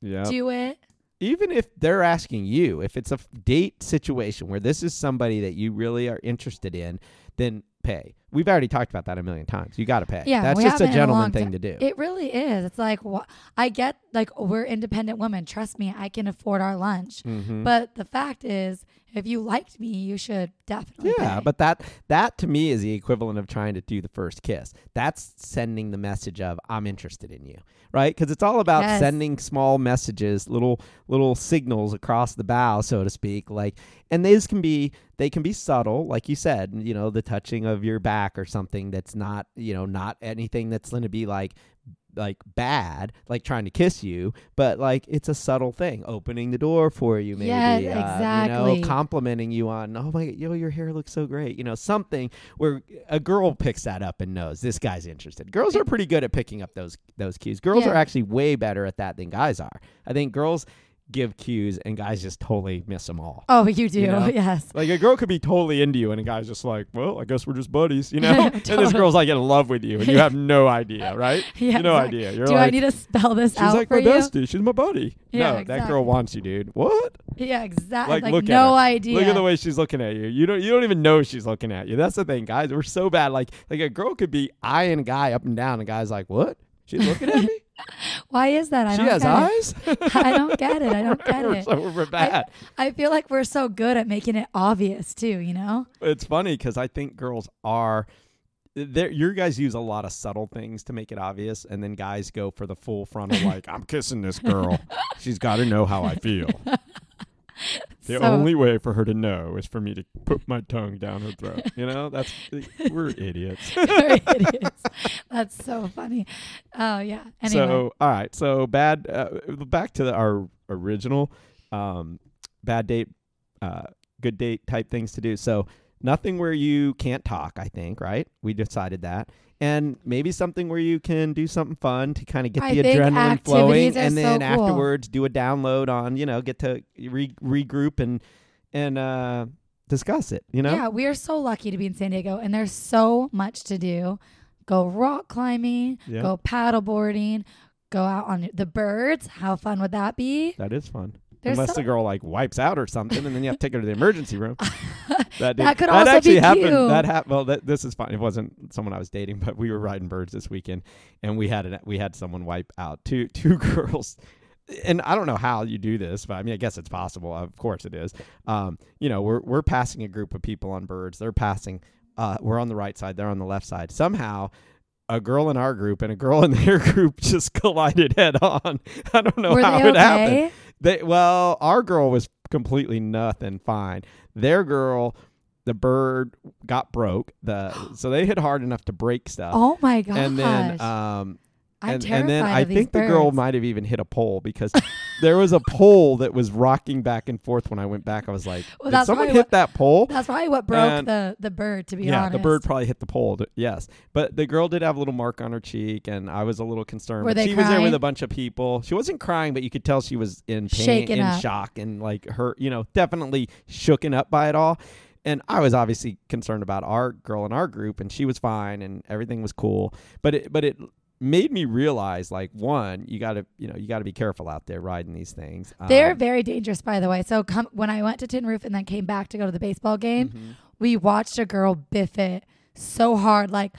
B: Yeah.
A: do it.
B: even if they're asking you, if it's a f- date situation where this is somebody that you really are interested in, then pay. We've already talked about that a million times. You got to pay.
A: Yeah,
B: that's
A: we
B: just a
A: haven't in a
B: gentleman
A: long
B: thing
A: ti-
B: to do.
A: It really is. It's like wha- I get like we're independent women. Trust me, I can afford our lunch.
B: Mhm.
A: But the fact is, if you liked me, you should definitely.
B: yeah,
A: pay.
B: but that that to me is the equivalent of trying to do the first kiss. That's sending the message of I'm interested in you, right? Because it's all about
A: Yes.
B: sending small messages, little little signals across the bow, so to speak. Like, and these can be they can be subtle, like you said, you know, the touching of your back or something that's not you know not anything that's going to be like like bad like trying to kiss you but like it's a subtle thing opening the door for you maybe
A: Yes,
B: uh, you
A: exactly.
B: know complimenting you on oh my yo your hair looks so great you know something where a girl picks that up and knows this guy's interested girls are pretty good at picking up those those cues girls
A: Yeah.
B: are actually way better at that than guys are i think girls give cues and guys just totally miss them all
A: oh, you do.
B: You know?
A: [laughs] Yes.
B: like a girl could be totally into you, and a guy's just like, "Well, I guess we're just buddies," you know.
A: [laughs]
B: And this
A: Totally.
B: girl's like in love with you, and you have no
A: [laughs]
B: idea, right?
A: Yeah,
B: you no
A: exactly.
B: idea. You're
A: do
B: like,
A: I need to spell this
B: she's
A: out
B: like
A: for
B: my
A: you?
B: bestie. She's my buddy.
A: Yeah,
B: no, that
A: exactly.
B: girl wants you, dude. What?
A: Yeah, exactly.
B: Like,
A: Like,
B: look at
A: no
B: her.
A: idea.
B: Look at the way she's looking at you. You don't you don't even know she's looking at you. That's the thing, guys. We're so bad. Like like a girl could be eyeing a guy up and down, and guy's like, "What? She's looking at me.
A: Why is that? [laughs] I
B: she
A: don't
B: has
A: get
B: eyes."
A: It. I don't get it. I
B: [laughs]
A: don't get
B: we're,
A: it.
B: so, we're
A: I-
B: bad.
A: I feel like we're so good at making it obvious too. You know? [laughs]
B: It's funny because I think girls are. There, your guys use a lot of subtle things to make it obvious, and then guys go for the
A: [laughs]
B: full frontal, like "I'm kissing this girl. She's got to know how I
A: [laughs]
B: feel.
A: So-
B: The only way for her to know is for me to put my tongue down her throat." You know, that's we're idiots.
A: We're
B: [laughs]
A: idiots. That's so funny. Oh yeah. Anyway.
B: So, all right. So bad. Uh, back to the, our original um, bad date, uh, good date type things to do. So nothing where you can't talk. I think right. We decided that, and maybe something where you can do something fun to kind of get
A: I
B: the
A: think
B: adrenaline
A: activities
B: flowing,
A: are
B: and
A: so
B: then
A: cool.
B: afterwards do a download on you know get to re- regroup and and uh, discuss it. You know.
A: Yeah, we are so lucky to be in San Diego, and there's so much to do. Go rock climbing,
B: Yeah.
A: go paddle boarding, go out on the birds. How fun would that be?
B: That is fun.
A: There's
B: Unless
A: so-
B: the girl like wipes out or something, and then you have to take her to the emergency
A: [laughs]
B: room. That, did-
A: That could also
B: actually
A: be
B: happened.
A: cute.
B: That happened. Well, that, this is fine. It wasn't someone I was dating, but we were riding birds this weekend, and we had an, we had someone wipe out two [laughs] two girls. And I don't know how you do this, but I mean, I guess it's possible. Of course, it is. Um, you know, we're we're passing a group of people on birds. They're passing. Uh, we're on the right side. They're on the left side. Somehow, a girl in our group and a girl in [laughs] their group just collided head on. I don't know
A: Were
B: [laughs] how
A: they
B: it happened.
A: okay?
B: They well, our girl was completely nothing fine. Their girl, the bird got broke.
A: [gasps]
B: The so they hit hard enough to break stuff.
A: Oh my gosh!
B: and then um
A: I'm
B: and,
A: terrified
B: and then I
A: of these
B: think the girl
A: birds.
B: might have even hit a pole
A: [laughs]
B: because there was a pole that was rocking back and forth when I went back. I was like,
A: Well,
B: did
A: that's
B: someone
A: probably
B: hit
A: what-
B: that pole?
A: That's probably what broke
B: And-
A: the the bird. To be
B: yeah,
A: honest,
B: the bird probably hit the pole. th- Yes, but the girl did have a little mark on her cheek, and I was a little concerned.
A: Were
B: but
A: they
B: she was there with
A: crying?
B: a bunch of people. She wasn't crying, but you could tell she was in pain,
A: Shaken
B: in
A: up.
B: shock, and like her, you know, definitely shooken up by it all. And I was obviously concerned about our girl in our group, and she was fine, and everything was cool. But it, but it made me realize, like, one, you got to, you know, you got to be careful out there riding these things.
A: They're
B: Um,
A: very dangerous, by the way. So come when I went to Tin Roof and then came back to go to the baseball game,
B: Mhm.
A: we watched a girl biff it so hard, like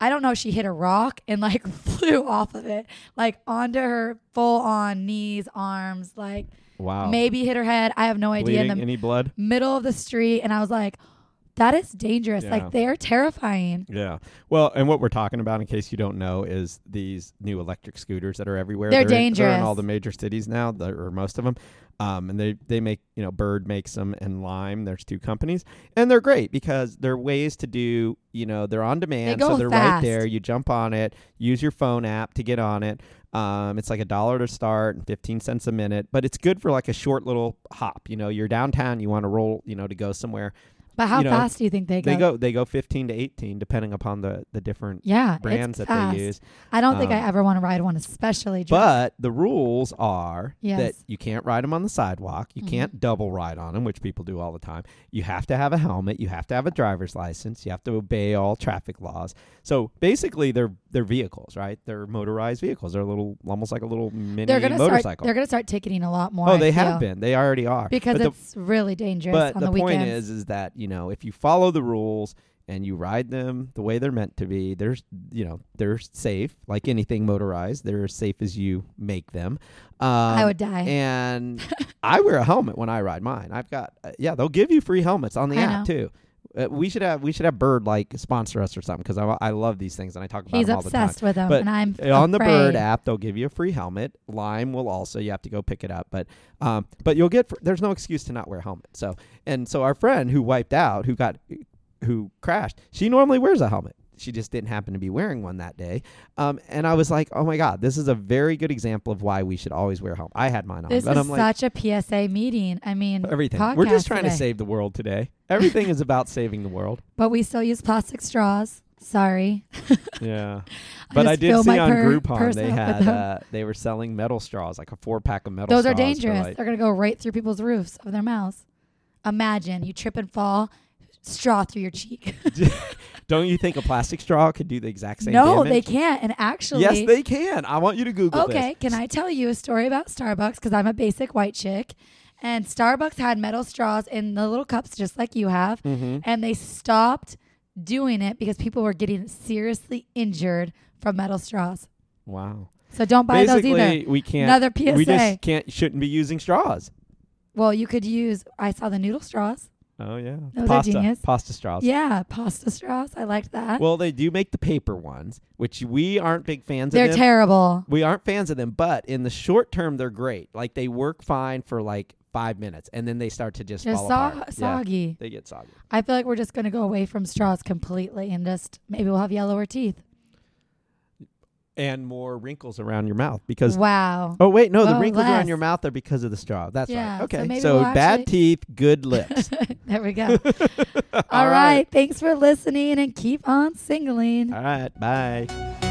A: I don't know, she hit a rock and like [laughs] flew off of it, like onto her full on knees, arms, like
B: wow.
A: maybe hit her head. I have no idea.
B: Bleeding,
A: in the
B: any blood?
A: middle of the street, and I was like, that is dangerous.
B: Yeah.
A: Like they are terrifying.
B: Yeah. Well, and what we're talking about, in case you don't know, is these new electric scooters that are everywhere.
A: They're
B: in- they're in
A: dangerous.
B: all the major cities now, the- or most of them. Um, and they, they make, you know, Bird makes them and Lime, there's two companies. And they're great because they're ways to do, you know, they're on demand. so
A: go
B: they're right
A: fast.
B: there. You jump on it, use your phone app to get on it. Um, it's like a dollar to start and 15 cents a minute, but it's good for like a short little hop. You know, you're downtown, you want to roll, you know, to go somewhere.
A: But how
B: you know,
A: fast do you think they go?
B: They go they go 15 to 18 depending upon the the different
A: yeah,
B: brands
A: it's
B: that
A: fast.
B: they use.
A: I don't think I
B: Um,
A: ever want to ride one, especially. drunk.
B: But the rules are that
A: Yes.
B: you can't ride them on the sidewalk. You
A: Mhm.
B: can't double ride on them, which people do all the time. You have to have a helmet. You have to have a driver's license. You have to obey all traffic laws. So basically, they're they're vehicles, right? They're motorized vehicles. They're little, almost like a little mini
A: they're gonna
B: motorcycle.
A: start. They're gonna start ticketing a lot more.
B: oh,
A: I
B: they
A: feel,
B: have been. They already are.
A: because
B: but the,
A: it's really dangerous
B: but
A: on
B: the,
A: the,
B: point
A: weekends.
B: is, is that you know if you follow the rules and you ride them the way they're meant to be, they're s- you know they're safe. Like anything motorized, they're as safe as you make them. Um,
A: I would die.
B: and
A: [laughs]
B: I wear a helmet when I ride mine. I've got uh, yeah, they'll give you free helmets on the
A: I
B: app too. Uh, we should have we should have Bird like sponsor us or something because I, I love these things and I talk about
A: He's
B: them all the time.
A: obsessed with them,
B: But
A: and I'm
B: Uh, on the
A: afraid.
B: Bird app, they'll give you a free helmet. Lime will also you have to go pick it up, but um, but you'll get fr- there's no excuse to not wear a helmet. So and so our friend who wiped out, who got who crashed, she normally wears a helmet. She just didn't happen to be wearing one that day. Um, and I was like, oh my god, this is a very good example of why we should always wear a helmet. I had mine on,
A: This
B: but
A: is
B: I'm like
A: such a PSA meeting. I mean,
B: everything.
A: podcast
B: We're just trying to
A: today.
B: save the world today. Everything is about [laughs] saving the world.
A: But we still use plastic straws. Sorry. [laughs]
B: Yeah. But I,
A: just
B: did
A: fill
B: see
A: my
B: on
A: per-
B: Groupon
A: purse
B: they
A: up with
B: had
A: them.
B: uh, they were selling metal straws, like a four pack of metal
A: Those
B: straws.
A: are
B: for,
A: dangerous.
B: like-
A: They're gonna go right through people's roofs of their mouths. Imagine you trip and fall, straw through your cheek.
B: Don't you think a plastic straw could do the exact same
A: no, they
B: damage?
A: can't. And actually,
B: Yes, they can. I want you to Google this.
A: Okay, can I tell you a story about Starbucks? Because I'm a basic white chick, and Starbucks had metal straws in the little cups, just like you have,
B: Mm-hmm.
A: and they stopped doing it because people were getting seriously injured from metal straws.
B: Wow.
A: So don't buy
B: Basically,
A: those either.
B: we can't.
A: Another PSA.
B: We just can't. Shouldn't be using straws.
A: Well, you could use. I saw the noodle straws.
B: Oh yeah.
A: Those are
B: pasta.
A: genius.
B: Pasta straws.
A: Yeah, pasta straws. I liked that.
B: Well, they do make the paper ones, which we aren't big fans
A: They're
B: of. them.
A: terrible.
B: we aren't fans of them, but in the short term, they're great. Like they work fine for like five minutes, and then they start to just
A: They're
B: fall
A: so-
B: apart. Yeah,
A: soggy.
B: they get soggy.
A: I feel like we're just gonna go away from straws completely and just maybe we'll have yellower teeth.
B: And more wrinkles around your mouth because.
A: Wow.
B: Oh wait, no, the
A: Oh,
B: wrinkles around
A: less.
B: your mouth are because of the straw. That's
A: Yeah,
B: right.
A: so
B: Okay,
A: maybe
B: so
A: we'll
B: bad
A: actually-
B: teeth,
A: [laughs]
B: good lips.
A: [laughs] there we go.
B: [laughs] All
A: All
B: right.
A: right. Thanks for listening and keep on singling.
B: All right, bye.